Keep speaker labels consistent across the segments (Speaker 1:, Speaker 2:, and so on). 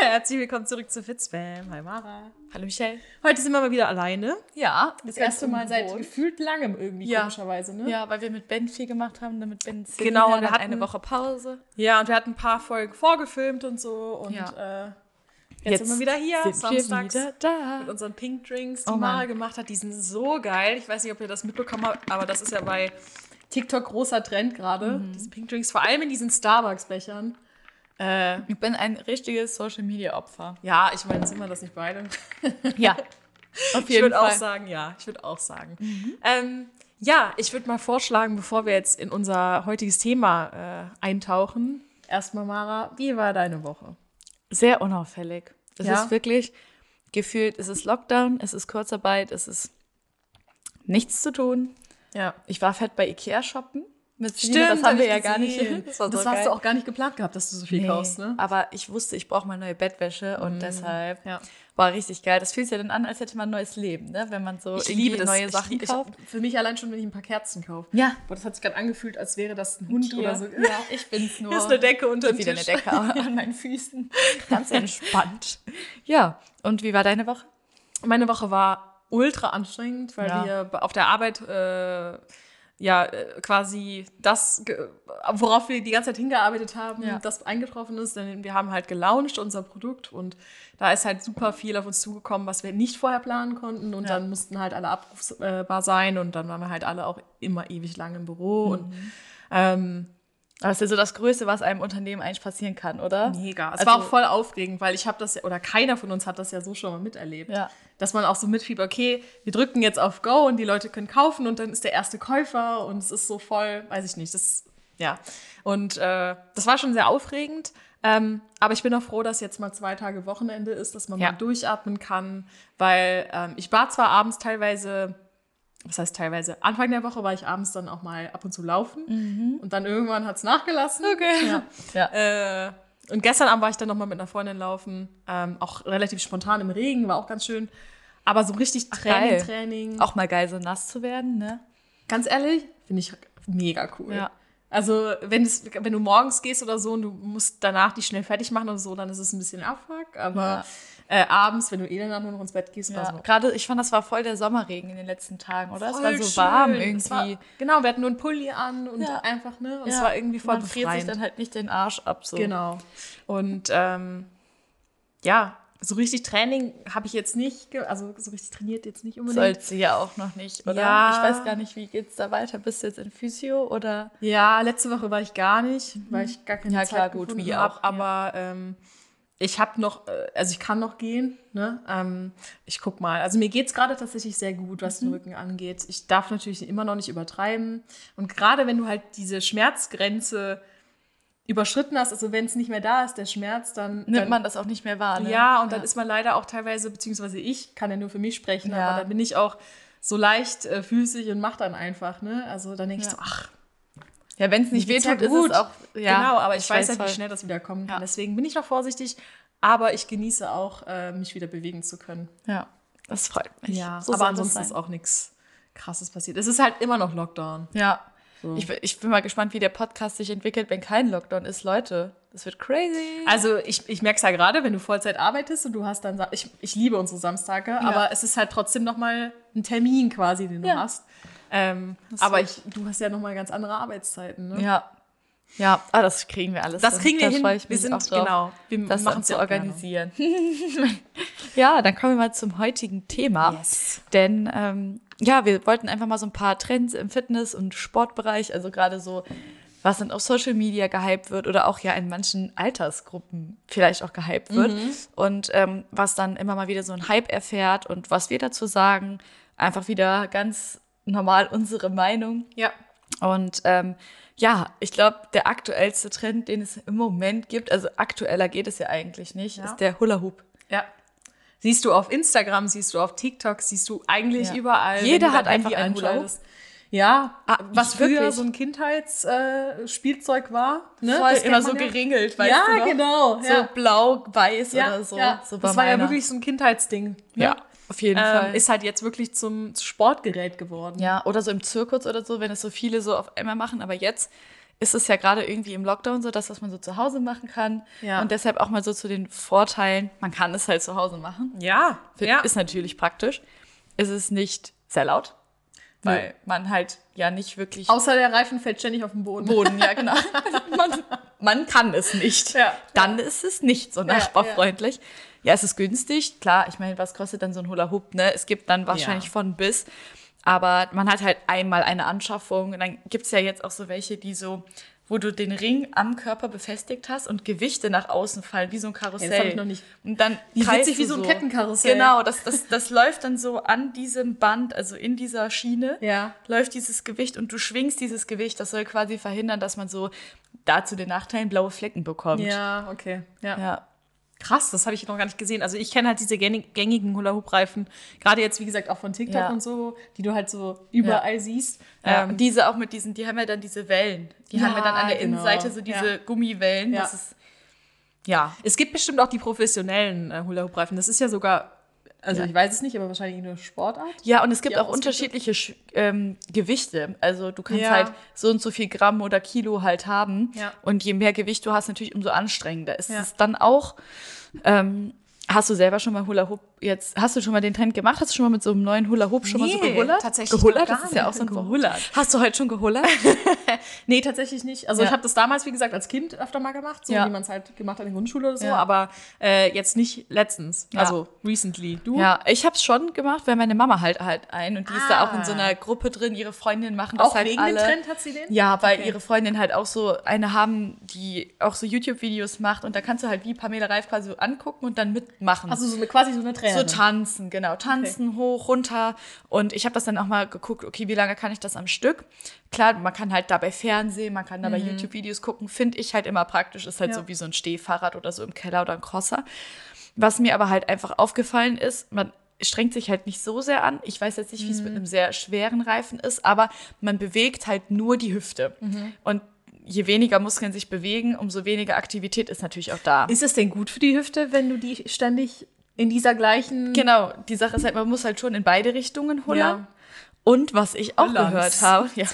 Speaker 1: Herzlich willkommen zurück zu Fitzbam. Hi Mara.
Speaker 2: Hallo Michelle.
Speaker 1: Heute sind wir mal wieder alleine.
Speaker 2: Ja,
Speaker 1: Das erste Mal seit gefühlt langem irgendwie,
Speaker 2: Ja.
Speaker 1: komischerweise, ne?
Speaker 2: Ja, weil wir mit Ben viel gemacht haben, damit Ben Celine
Speaker 1: Genau,
Speaker 2: hat,
Speaker 1: und wir
Speaker 2: hat
Speaker 1: hatten-
Speaker 2: eine Woche Pause.
Speaker 1: Ja, und wir hatten ein paar Folgen vorgefilmt und so. Und äh, jetzt, sind wir wieder hier,
Speaker 2: sind
Speaker 1: samstags.
Speaker 2: wir wieder da.
Speaker 1: Mit unseren Pink Drinks, die
Speaker 2: Oh Mann.
Speaker 1: Mara gemacht hat. Die sind so geil. Ich weiß nicht, ob ihr das mitbekommen habt, aber das ist ja bei TikTok großer Trend gerade.
Speaker 2: Mhm.
Speaker 1: Diese Pink Drinks, vor allem in diesen Starbucks-Bechern. Äh,
Speaker 2: Ich bin ein richtiges Social-Media-Opfer.
Speaker 1: ja, ich meine, sind wir das nicht beide?
Speaker 2: Ja, auf
Speaker 1: ich
Speaker 2: jeden
Speaker 1: würde auch
Speaker 2: Fall. Mhm.
Speaker 1: sagen, ja, ich würde auch sagen. Ähm, ja, ich würde mal vorschlagen, bevor wir jetzt in unser heutiges Thema äh, eintauchen. Erstmal, Mara, wie war deine Woche?
Speaker 2: Sehr unauffällig. Es
Speaker 1: Ja.
Speaker 2: ist wirklich gefühlt, es ist Lockdown, es ist Kurzarbeit, es ist nichts zu tun.
Speaker 1: Ja.
Speaker 2: Ich war fett bei Ikea shoppen. Mit Celine,
Speaker 1: Stimmt,
Speaker 2: das haben wir
Speaker 1: hab
Speaker 2: ja
Speaker 1: ich
Speaker 2: gar nicht.
Speaker 1: gesehen. Das,
Speaker 2: war so
Speaker 1: hast
Speaker 2: geil.
Speaker 1: du auch gar nicht geplant gehabt, dass du so viel
Speaker 2: Nee,
Speaker 1: kaufst, ne?
Speaker 2: Aber ich wusste, ich brauche mal neue Bettwäsche und deshalb
Speaker 1: ja.
Speaker 2: war richtig geil. Das fühlt sich ja dann an, als hätte man ein neues Leben, ne? wenn man so irgendwie neue
Speaker 1: Ich
Speaker 2: Sachen
Speaker 1: lieb- ich,
Speaker 2: kauft.
Speaker 1: Für mich allein schon, wenn ich ein paar Kerzen kaufe.
Speaker 2: Ja.
Speaker 1: Boah, das hat sich gerade angefühlt, als wäre das ein Hund oder so.
Speaker 2: Ja, ich bin's nur.
Speaker 1: Hier ist eine Decke unter dem
Speaker 2: wieder eine
Speaker 1: Tisch.
Speaker 2: Decke an meinen Füßen. Ganz entspannt. Ja, und wie war deine Woche?
Speaker 1: meine Woche war ultra anstrengend, weil
Speaker 2: Ja.
Speaker 1: wir be- auf der Arbeit äh, ja äh, quasi das, ge- worauf wir die ganze Zeit hingearbeitet haben,
Speaker 2: Ja.
Speaker 1: das eingetroffen ist. Denn wir haben halt gelauncht unser Produkt und da ist halt super viel auf uns zugekommen, was wir nicht vorher planen konnten. Und
Speaker 2: Ja.
Speaker 1: dann mussten halt alle abrufbar sein und dann waren wir halt alle auch immer ewig lang im Büro. Und
Speaker 2: Mhm.
Speaker 1: ähm,
Speaker 2: Aber es ist ja so das Größte, was einem Unternehmen eigentlich passieren kann, oder?
Speaker 1: mega. Es
Speaker 2: Also-
Speaker 1: war auch voll aufregend, weil ich habe das ja, oder keiner von uns hat das ja so schon mal miterlebt.
Speaker 2: Ja.
Speaker 1: Dass man auch so mitfiebert, okay, wir drücken jetzt auf Go und die Leute können kaufen und dann ist der erste Käufer und es ist so voll, weiß ich nicht, das, ja. Und äh, das war schon sehr aufregend. Ähm, aber ich bin auch froh, dass jetzt mal zwei Tage Wochenende ist, dass man
Speaker 2: Ja.
Speaker 1: mal durchatmen kann, weil ähm, ich war zwar abends teilweise das heißt teilweise Anfang der Woche war ich abends dann auch mal ab und zu laufen
Speaker 2: Mhm.
Speaker 1: und dann irgendwann hat es nachgelassen. Okay. Ja.
Speaker 2: Ja.
Speaker 1: Äh, und gestern Abend war ich dann nochmal mit einer Freundin laufen, ähm, auch relativ spontan im Regen, war auch ganz schön. Aber so richtig Training,
Speaker 2: geil.
Speaker 1: Training.
Speaker 2: Auch mal geil, so nass zu werden, ne?
Speaker 1: ganz ehrlich, finde ich mega cool.
Speaker 2: Ja.
Speaker 1: Also wenn, es, wenn du morgens gehst oder so und du musst danach dich schnell fertig machen oder so, dann ist es ein bisschen Abfuck. Aber äh, abends, wenn du eh danach nur noch ins Bett gehst, war es
Speaker 2: Ja.
Speaker 1: noch
Speaker 2: Gerade, ich fand, das war voll der Sommerregen in den letzten Tagen, oder?
Speaker 1: Voll
Speaker 2: es war so
Speaker 1: schön.
Speaker 2: warm
Speaker 1: Es war-
Speaker 2: irgendwie.
Speaker 1: genau, wir hatten nur einen Pulli an und
Speaker 2: Ja.
Speaker 1: einfach, ne? Und
Speaker 2: Ja,
Speaker 1: es war irgendwie voll
Speaker 2: Man friert sich
Speaker 1: befreiend.
Speaker 2: dann halt nicht den Arsch ab, so.
Speaker 1: Genau. Und ähm, ja, so richtig Training habe ich jetzt nicht, ge- also so richtig trainiert jetzt nicht unbedingt.
Speaker 2: Sollte sie ja auch noch nicht, oder?
Speaker 1: Ja.
Speaker 2: Ich weiß gar nicht, wie geht's da weiter? Bist du jetzt in Physio oder?
Speaker 1: Ja, letzte Woche war ich gar nicht, weil ich gar keine
Speaker 2: Ja,
Speaker 1: Zeit
Speaker 2: klar, gut,
Speaker 1: gefunden
Speaker 2: wie
Speaker 1: hab,
Speaker 2: auch,
Speaker 1: Aber ähm, ich habe noch, äh, also ich kann noch gehen. Ne? Ähm, ich guck mal. Also mir geht's gerade tatsächlich sehr gut, was
Speaker 2: Mhm.
Speaker 1: den Rücken angeht. Ich darf natürlich immer noch nicht übertreiben. Und gerade wenn du halt diese Schmerzgrenze überschritten hast, also wenn es nicht mehr da ist, der Schmerz, dann
Speaker 2: Nimmt
Speaker 1: dann,
Speaker 2: man das auch nicht mehr wahr, ne?
Speaker 1: Ja, und dann ist man leider auch teilweise, beziehungsweise ich kann ja nur für mich sprechen,
Speaker 2: Ja.
Speaker 1: aber dann bin ich auch so leicht äh, füßig und mach dann einfach, ne? Also dann denke ich
Speaker 2: Ja.
Speaker 1: so, ach,
Speaker 2: Ja, wenn es nicht
Speaker 1: mir geht's ja
Speaker 2: wehtut, ist
Speaker 1: gut.
Speaker 2: es auch. Ja,
Speaker 1: genau, aber ich, weiß halt,
Speaker 2: voll.
Speaker 1: wie schnell das wieder kommen kann.
Speaker 2: Ja.
Speaker 1: Deswegen bin ich noch vorsichtig, aber ich genieße auch, äh, mich wieder bewegen zu können.
Speaker 2: Ja, das freut mich. so
Speaker 1: aber
Speaker 2: soll das
Speaker 1: ansonsten
Speaker 2: sein.
Speaker 1: ist auch nichts krasses passiert. Es ist halt immer noch Lockdown.
Speaker 2: Ja. Ich, bin- ich bin mal gespannt, wie der Podcast sich entwickelt, wenn kein Lockdown ist, Leute. Das wird crazy.
Speaker 1: Also ich, ich merke es ja gerade, wenn du Vollzeit arbeitest und du hast dann, Sa- ich, ich liebe unsere Samstage, aber es ist halt trotzdem nochmal ein Termin quasi, den du
Speaker 2: Ja.
Speaker 1: hast. Ähm,
Speaker 2: Das
Speaker 1: aber ich,
Speaker 2: ist
Speaker 1: du hast ja nochmal ganz andere Arbeitszeiten. Ne?
Speaker 2: ja. Ja, ah, das kriegen wir alles.
Speaker 1: Das kriegen wir
Speaker 2: da
Speaker 1: hin.
Speaker 2: freue Ich
Speaker 1: wir
Speaker 2: mich
Speaker 1: sind
Speaker 2: auch drauf,
Speaker 1: genau. Wir
Speaker 2: das
Speaker 1: machen
Speaker 2: machen
Speaker 1: es ja
Speaker 2: zu
Speaker 1: auch gerne.
Speaker 2: organisieren. ja, dann kommen wir mal zum heutigen Thema.
Speaker 1: Yes.
Speaker 2: Denn ähm, ja, wir wollten einfach mal so ein paar Trends im Fitness- und Sportbereich, also gerade so, was dann auf Social Media gehypt wird oder auch ja in manchen Altersgruppen vielleicht auch gehypt wird.
Speaker 1: Mhm.
Speaker 2: Und ähm, was dann immer mal wieder so ein Hype erfährt und was wir dazu sagen, einfach wieder ganz normal unsere Meinung.
Speaker 1: Ja.
Speaker 2: Und ähm, ja, ich glaube, der aktuellste Trend, den es im Moment gibt, also aktueller geht es ja eigentlich nicht,
Speaker 1: Ja.
Speaker 2: ist der Hula Hoop.
Speaker 1: Ja. Siehst du auf Instagram, siehst du auf TikTok, siehst du eigentlich
Speaker 2: Ja.
Speaker 1: überall. wenn
Speaker 2: Jeder
Speaker 1: du dein
Speaker 2: hat einfach
Speaker 1: Handy
Speaker 2: einen Hula Hoop.
Speaker 1: einschaltest. Ja,
Speaker 2: Ah,
Speaker 1: was früher
Speaker 2: wirklich?
Speaker 1: so ein Kindheitsspielzeug äh, Spielzeug war. Ne?
Speaker 2: Voll,
Speaker 1: Das kennt
Speaker 2: immer
Speaker 1: man
Speaker 2: so geringelt, weißt
Speaker 1: Ja,
Speaker 2: du noch?
Speaker 1: genau.
Speaker 2: So
Speaker 1: ja.
Speaker 2: blau-weiß
Speaker 1: ja,
Speaker 2: oder so.
Speaker 1: Ja.
Speaker 2: so war
Speaker 1: das war ja
Speaker 2: meiner.
Speaker 1: wirklich so ein Kindheitsding. Ne?
Speaker 2: Ja, auf jeden
Speaker 1: Ähm,
Speaker 2: Fall.
Speaker 1: ist halt jetzt wirklich zum Sportgerät geworden.
Speaker 2: ja, oder so im Zirkus oder so, wenn es so viele so auf einmal machen. Aber jetzt ist es ja gerade irgendwie im Lockdown so, das, was man so zu Hause machen kann.
Speaker 1: Ja.
Speaker 2: Und deshalb auch mal so zu den Vorteilen, man kann es halt zu Hause machen.
Speaker 1: Ja, ja.
Speaker 2: Ist natürlich praktisch. Es ist nicht sehr laut, weil man halt ja nicht wirklich
Speaker 1: Außer der Reifen fällt ständig auf den Boden.
Speaker 2: Boden, ja genau. man, man kann es nicht.
Speaker 1: Ja.
Speaker 2: Dann ist es nicht so nachbarfreundlich. Ja, es ist günstig, klar, ich meine, was kostet dann so ein Hula Hoop, ne? Es gibt dann wahrscheinlich
Speaker 1: Ja.
Speaker 2: von bis, aber man hat halt einmal eine Anschaffung und dann gibt's ja jetzt auch so welche, die so wo du den Ring am Körper befestigt hast und Gewichte nach außen fallen, wie so ein Karussell.
Speaker 1: hab ich noch nicht.
Speaker 2: Und dann
Speaker 1: Die
Speaker 2: kreist
Speaker 1: witzig
Speaker 2: du
Speaker 1: wie so ein Kettenkarussell.
Speaker 2: Genau, das, das, das läuft dann so an diesem Band, also in dieser Schiene
Speaker 1: Ja.
Speaker 2: läuft dieses Gewicht und du schwingst dieses Gewicht. Das soll quasi verhindern, dass man so dazu den Nachteilen blaue Flecken bekommt.
Speaker 1: Ja, okay. Ja.
Speaker 2: ja.
Speaker 1: Krass, das habe ich noch gar nicht gesehen. Also ich kenne halt diese gängig- gängigen Hula-Hoop-Reifen, gerade jetzt, wie gesagt, auch von TikTok
Speaker 2: Ja.
Speaker 1: und so, die du halt so überall siehst.
Speaker 2: Ja,
Speaker 1: Ähm,
Speaker 2: und diese auch mit diesen, die haben ja dann diese Wellen. Die
Speaker 1: Ja,
Speaker 2: haben ja dann an der
Speaker 1: genau.
Speaker 2: Innenseite so diese
Speaker 1: Ja.
Speaker 2: Gummiwellen.
Speaker 1: Ja.
Speaker 2: Das ist, ja.
Speaker 1: Es gibt bestimmt auch die professionellen äh, Hula-Hoop-Reifen. Das ist ja sogar, also
Speaker 2: Ja.
Speaker 1: ich weiß es nicht, aber wahrscheinlich eine Sportart.
Speaker 2: Ja, und es gibt
Speaker 1: Die
Speaker 2: auch
Speaker 1: auch ausgeschüttet-
Speaker 2: unterschiedliche Sch- ähm, Gewichte. Also du kannst
Speaker 1: Ja.
Speaker 2: halt so und so viel Gramm oder Kilo halt haben.
Speaker 1: Ja.
Speaker 2: Und je mehr Gewicht du hast, natürlich umso anstrengender ist
Speaker 1: Ja.
Speaker 2: es dann auch. Ähm, hast du selber schon mal Hula Hoop jetzt, hast du schon mal den Trend gemacht? Hast du schon mal mit so einem neuen Hula Hoop schon mal so
Speaker 1: Nee,
Speaker 2: gehullert?
Speaker 1: tatsächlich noch
Speaker 2: Gehullert,
Speaker 1: gar
Speaker 2: das ist ja
Speaker 1: nicht.
Speaker 2: auch so ein
Speaker 1: Gehullert.
Speaker 2: Hast du heute schon gehullert?
Speaker 1: Nee, tatsächlich nicht. Also
Speaker 2: Ja.
Speaker 1: ich habe das damals, wie gesagt, als Kind öfter mal gemacht, so
Speaker 2: Ja.
Speaker 1: wie man es halt gemacht hat in der Grundschule oder so,
Speaker 2: Ja.
Speaker 1: aber äh, jetzt nicht letztens.
Speaker 2: Ja.
Speaker 1: Also recently. Du?
Speaker 2: Ja, ich hab's schon gemacht, weil meine Mama halt halt ein und die ist da auch in so
Speaker 1: Ah.
Speaker 2: einer Gruppe drin. Ihre Freundinnen machen das
Speaker 1: Auch
Speaker 2: halt
Speaker 1: wegen
Speaker 2: alle.
Speaker 1: dem Trend hat sie den?
Speaker 2: Ja, weil
Speaker 1: Okay.
Speaker 2: ihre Freundin halt auch so eine haben, die auch so YouTube-Videos macht und da kannst du halt wie Pamela Reif quasi so angucken und dann mitmachen.
Speaker 1: Also so eine, quasi so eine Träne.
Speaker 2: so tanzen, genau, tanzen hoch, runter und ich habe das dann auch mal geguckt, okay, wie lange kann ich das am Stück? Klar, man kann halt dabei Fernsehen, man kann dabei YouTube-Videos gucken, finde ich halt immer praktisch, ist halt
Speaker 1: Ja.
Speaker 2: so wie so ein Stehfahrrad oder so im Keller oder ein Crosser. Was mir aber halt einfach aufgefallen ist, man strengt sich halt nicht so sehr an. Ich weiß jetzt nicht, wie es mit einem sehr schweren Reifen ist, aber man bewegt halt nur die Hüfte. Und je weniger Muskeln sich bewegen, umso weniger Aktivität ist natürlich auch da.
Speaker 1: Ist es denn gut für die Hüfte, wenn du die ständig in dieser gleichen...
Speaker 2: genau, die Sache ist halt, man muss halt schon in beide Richtungen
Speaker 1: Mm.
Speaker 2: hullern.
Speaker 1: Ja.
Speaker 2: Und was ich auch
Speaker 1: Balance.
Speaker 2: gehört habe, ja,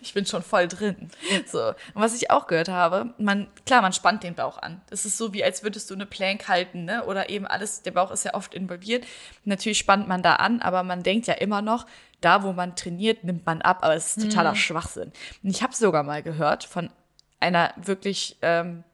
Speaker 2: ich bin schon voll drin. So, und was ich auch gehört habe, man, klar, man spannt den Bauch an. Das ist so wie, als würdest du eine Plank halten, ne? Oder eben alles, der Bauch ist ja oft involviert. Natürlich spannt man da an, aber man denkt ja immer noch, da, wo man trainiert, nimmt man ab, aber es ist totaler
Speaker 1: Hm.
Speaker 2: Schwachsinn. Und ich habe sogar mal gehört von einer wirklich ähm,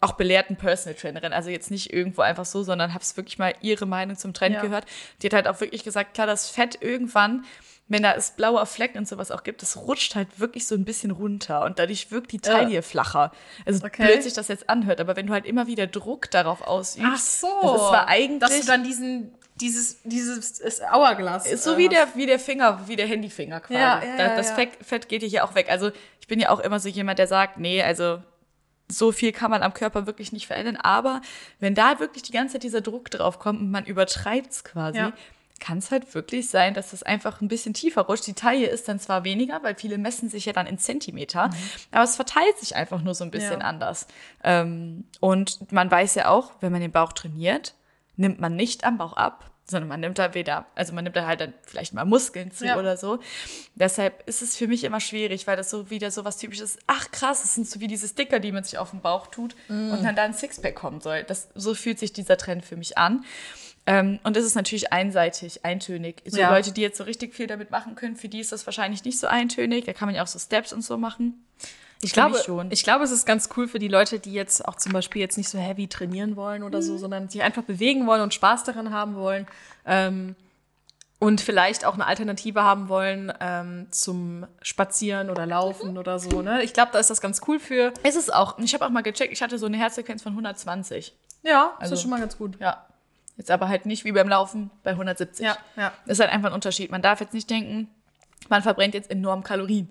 Speaker 2: auch belehrten Personal Trainerin, also jetzt nicht irgendwo einfach so, sondern habe es wirklich mal ihre Meinung zum Trend
Speaker 1: Ja.
Speaker 2: gehört. Die hat halt auch wirklich gesagt, klar, das Fett irgendwann, wenn da es blauer Flecken und sowas auch gibt, das rutscht halt wirklich so ein bisschen runter und dadurch wirkt die Taille flacher. Also
Speaker 1: Okay.
Speaker 2: blöd sich das jetzt anhört, aber wenn du halt immer wieder Druck darauf ausübst,
Speaker 1: Ach so.
Speaker 2: das ist zwar eigentlich
Speaker 1: Dass du dann diesen, dieses, dieses ist Hourglass...
Speaker 2: ist so
Speaker 1: äh,
Speaker 2: wie
Speaker 1: hast.
Speaker 2: der, wie der Finger, wie der Handyfinger quasi.
Speaker 1: Ja, ja,
Speaker 2: da,
Speaker 1: ja,
Speaker 2: das
Speaker 1: ja.
Speaker 2: Fett, Fett geht dir hier auch weg. Also ich bin ja auch immer so jemand, der sagt, nee, also so viel kann man am Körper wirklich nicht verändern. Aber wenn da wirklich die ganze Zeit dieser Druck drauf kommt und man übertreibt es quasi,
Speaker 1: Ja.
Speaker 2: kann es halt wirklich sein, dass das einfach ein bisschen tiefer rutscht. Die Taille ist dann zwar weniger, weil viele messen sich ja dann in Zentimeter, aber es verteilt sich einfach nur so ein bisschen
Speaker 1: Mhm. Ja.
Speaker 2: anders. Ähm, und man weiß ja auch, wenn man den Bauch trainiert, nimmt man nicht am Bauch ab, sondern man nimmt da weder, also man nimmt da halt dann vielleicht mal Muskeln zu
Speaker 1: Ja.
Speaker 2: oder so. Deshalb ist es für mich immer schwierig, weil das so wieder so was typisches, ach krass, das sind so wie diese Sticker, die man sich auf den Bauch tut
Speaker 1: Mm.
Speaker 2: und dann da ein Sixpack kommen soll. Das, so fühlt sich dieser Trend für mich an. Ähm, und es ist natürlich einseitig, eintönig. So
Speaker 1: Ja.
Speaker 2: Leute, die jetzt so richtig viel damit machen können, für die ist das wahrscheinlich nicht so eintönig. Da kann man ja auch so Steps und so machen.
Speaker 1: Ich
Speaker 2: Finde
Speaker 1: glaube,
Speaker 2: ich schon.
Speaker 1: ich glaube, es ist ganz cool für die Leute, die jetzt auch zum Beispiel jetzt nicht so heavy trainieren wollen oder so, sondern sich einfach bewegen wollen und Spaß daran haben wollen ähm, und vielleicht auch eine Alternative haben wollen ähm, zum Spazieren oder Laufen oder so. Ne? Ich glaube, da ist das ganz cool für.
Speaker 2: Ist es auch. Ich habe auch mal gecheckt, ich hatte so eine Herzfrequenz von 120.
Speaker 1: Ja,
Speaker 2: Also-
Speaker 1: das ist schon mal ganz gut.
Speaker 2: Ja. Jetzt aber halt nicht wie beim Laufen bei 170.
Speaker 1: Ja, ja.
Speaker 2: Das ist halt einfach ein Unterschied. Man darf jetzt nicht denken, man verbrennt jetzt enorm Kalorien.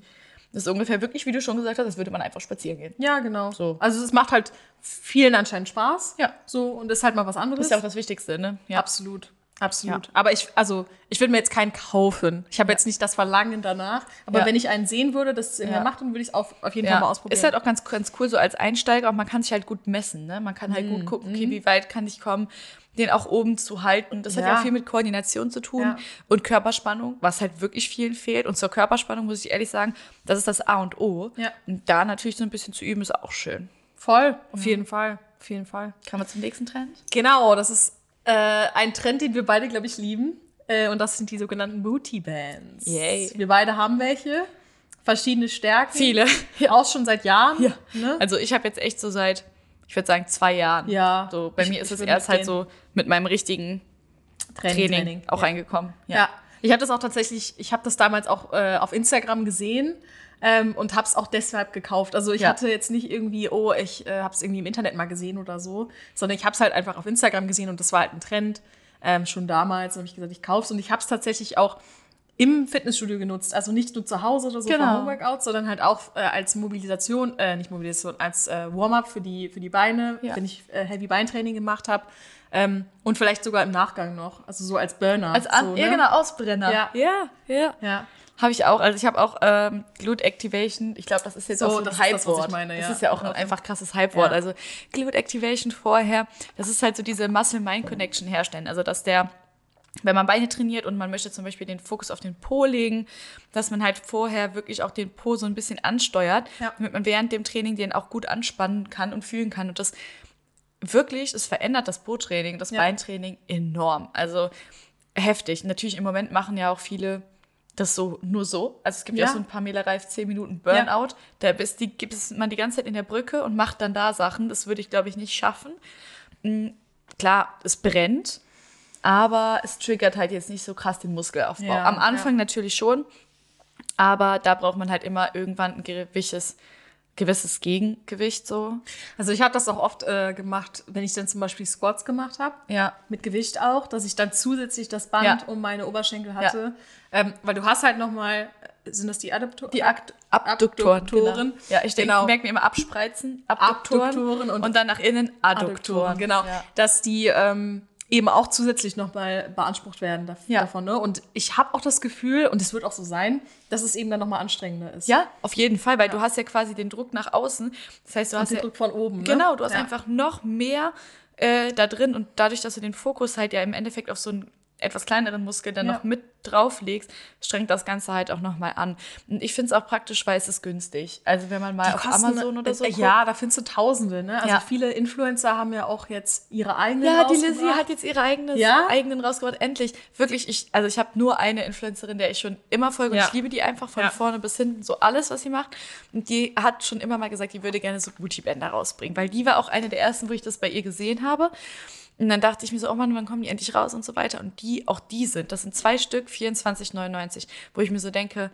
Speaker 2: Das ist ungefähr wirklich, wie du schon gesagt hast, als würde man einfach spazieren gehen.
Speaker 1: Ja, genau.
Speaker 2: So.
Speaker 1: Also es macht halt vielen anscheinend Spaß.
Speaker 2: Ja.
Speaker 1: So und ist halt mal was anderes.
Speaker 2: Das ist ja auch das Wichtigste, ne? Ja.
Speaker 1: Absolut. Absolut. Aber ich, also, ich würde mir jetzt keinen kaufen. Ich habe jetzt nicht das Verlangen danach. Aber
Speaker 2: Ja.
Speaker 1: wenn ich einen sehen würde, das es irgendwer
Speaker 2: Ja.
Speaker 1: macht, dann würde ich es auf, auf jeden
Speaker 2: Ja.
Speaker 1: Fall mal ausprobieren.
Speaker 2: Ist halt auch
Speaker 1: Mhm,
Speaker 2: ganz, ganz cool so als Einsteiger und man kann sich halt gut messen, ne? Man kann halt gut gucken, okay, wie weit kann ich kommen? den auch oben zu halten. Das hat ja
Speaker 1: Ja.
Speaker 2: auch viel mit Koordination zu tun
Speaker 1: Ja.
Speaker 2: und Körperspannung, was halt wirklich vielen fehlt. Und zur Körperspannung muss ich ehrlich sagen, das ist das A und O.
Speaker 1: Ja.
Speaker 2: Und da natürlich so ein bisschen zu üben, ist auch schön.
Speaker 1: Voll, auf jeden Fall. Auf jeden Fall.
Speaker 2: Kann man zum nächsten Trend?
Speaker 1: Genau, das ist äh, ein Trend, den wir beide, glaube ich, lieben. Äh, und das sind die sogenannten Booty Bands.
Speaker 2: Yay.
Speaker 1: Wir beide haben welche. Verschiedene Stärken.
Speaker 2: Viele.
Speaker 1: Auch schon seit Jahren.
Speaker 2: Ja.
Speaker 1: Ne?
Speaker 2: Also ich habe jetzt echt so seit, ich würde sagen, zwei Jahren.
Speaker 1: Ja.
Speaker 2: Also, So, bei
Speaker 1: Ich-
Speaker 2: mir ist
Speaker 1: ich
Speaker 2: es
Speaker 1: bin
Speaker 2: erst
Speaker 1: mit
Speaker 2: halt so mit meinem richtigen
Speaker 1: Training.
Speaker 2: Training, auch reingekommen.
Speaker 1: Ja. Ich habe das auch tatsächlich, ich habe das damals auch äh, auf Instagram gesehen ähm, und habe es auch deshalb gekauft. Also ich
Speaker 2: Ja.
Speaker 1: hatte jetzt nicht irgendwie, oh, ich äh, habe es irgendwie im Internet mal gesehen oder so, sondern ich habe es halt einfach auf Instagram gesehen und das war halt ein Trend ähm, schon damals. Und habe ich gesagt, ich kauf's und ich habe es tatsächlich auch im Fitnessstudio genutzt. Also nicht nur zu Hause oder so
Speaker 2: Genau.
Speaker 1: für Homeworkouts, sondern halt auch äh, als Mobilisation, äh, nicht Mobilisation, als äh, Warm-up für die, für die Beine,
Speaker 2: Ja.
Speaker 1: wenn ich äh, Heavy Beintraining gemacht habe. Ähm, und vielleicht sogar im Nachgang noch, also so als Burner.
Speaker 2: Als An
Speaker 1: so,
Speaker 2: ja,
Speaker 1: ne?
Speaker 2: genau, Ausbrenner.
Speaker 1: Ja.
Speaker 2: ja. ja.
Speaker 1: Ja.
Speaker 2: Habe ich auch. Also ich habe auch ähm, Glute Activation. Ich glaube, das ist jetzt
Speaker 1: So,
Speaker 2: auch so ein
Speaker 1: das ist das, was
Speaker 2: Hypewort.
Speaker 1: ich meine,
Speaker 2: das
Speaker 1: ja. Genau.
Speaker 2: ist ja auch ein einfach krasses Hypewort.
Speaker 1: Ja.
Speaker 2: Also Glute Activation vorher, das ist halt so diese Muscle-Mind-Connection herstellen. Also dass der, wenn man Beine trainiert und man möchte zum Beispiel den Fokus auf den Po legen, dass man halt vorher wirklich auch den Po so ein bisschen ansteuert,
Speaker 1: Ja.
Speaker 2: damit man während dem Training den auch gut anspannen kann und fühlen kann. Und das wirklich, es verändert das Po-Training, das
Speaker 1: Ja.
Speaker 2: Beintraining enorm. Also heftig. Natürlich im Moment machen ja auch viele das so nur so. Also es gibt ja,
Speaker 1: Ja.
Speaker 2: so ein Pamela Reif 10 Minuten Burnout. Da bist, die, gibt es man die ganze Zeit in der Brücke und macht dann da Sachen. Das würde ich, glaube ich, nicht schaffen. Mm, Klar, es brennt, aber es triggert halt jetzt nicht so krass den Muskelaufbau.
Speaker 1: Ja,
Speaker 2: Am Anfang natürlich schon, aber da braucht man halt immer irgendwann ein gewisses, gewisses Gegengewicht so.
Speaker 1: Also ich habe das auch oft äh, gemacht, wenn ich dann zum Beispiel Squats gemacht habe.
Speaker 2: Ja.
Speaker 1: Mit Gewicht auch, dass ich dann zusätzlich das Band
Speaker 2: Ja.
Speaker 1: um meine Oberschenkel hatte. Ähm, weil du hast halt nochmal, sind das die Adaptoren?
Speaker 2: Die Akt Abduktoren.
Speaker 1: Abduktoren.
Speaker 2: Genau. Ja, ich denke,
Speaker 1: Genau.
Speaker 2: ich merke mir immer abspreizen, Abduktoren,
Speaker 1: Abduktoren
Speaker 2: und,
Speaker 1: und-
Speaker 2: dann nach innen Adduktoren.
Speaker 1: Adduktoren, genau.
Speaker 2: Ja.
Speaker 1: Dass die ähm, eben auch zusätzlich nochmal beansprucht werden dav
Speaker 2: Ja.
Speaker 1: davon. Ne? Und ich habe auch das Gefühl, und es wird auch so sein, dass es eben dann nochmal anstrengender ist.
Speaker 2: ja, auf jeden Fall, weil du hast ja quasi den Druck nach außen. Das heißt, du hast
Speaker 1: Und
Speaker 2: ja,
Speaker 1: den Druck von oben. Ne?
Speaker 2: Also genau, du hast
Speaker 1: ja.
Speaker 2: einfach noch mehr äh, da drin und dadurch, dass du den Fokus halt ja im Endeffekt auf so einen etwas kleineren Muskel dann
Speaker 1: Ja.
Speaker 2: noch mit drauflegst, strengt das Ganze halt auch nochmal an. Und ich finde es auch praktisch, weil es ist günstig. Also wenn man mal
Speaker 1: Die
Speaker 2: auf
Speaker 1: kosten-
Speaker 2: Amazon oder so
Speaker 1: äh, Ja, da findest du Tausende. Ne? Also
Speaker 2: Ja.
Speaker 1: viele Influencer haben ja auch jetzt ihre eigenen
Speaker 2: Ja, die
Speaker 1: rausgebracht.
Speaker 2: Lizzie hat jetzt ihre eigene,
Speaker 1: Ja?
Speaker 2: eigenen rausgebracht. Endlich. Wirklich, ich, also ich habe nur eine Influencerin, der ich schon immer folge und
Speaker 1: Ja.
Speaker 2: ich liebe die einfach von
Speaker 1: Ja.
Speaker 2: vorne bis hinten, so alles, was sie macht. Und die hat schon immer mal gesagt, die würde gerne so Booty-Bänder rausbringen, weil die war auch eine der ersten, wo ich das bei ihr gesehen habe. Und dann dachte ich mir so, oh Mann, wann kommen die endlich raus und so weiter. Und die, auch die sind, das sind zwei Stück, 24,99, wo ich mir so denke,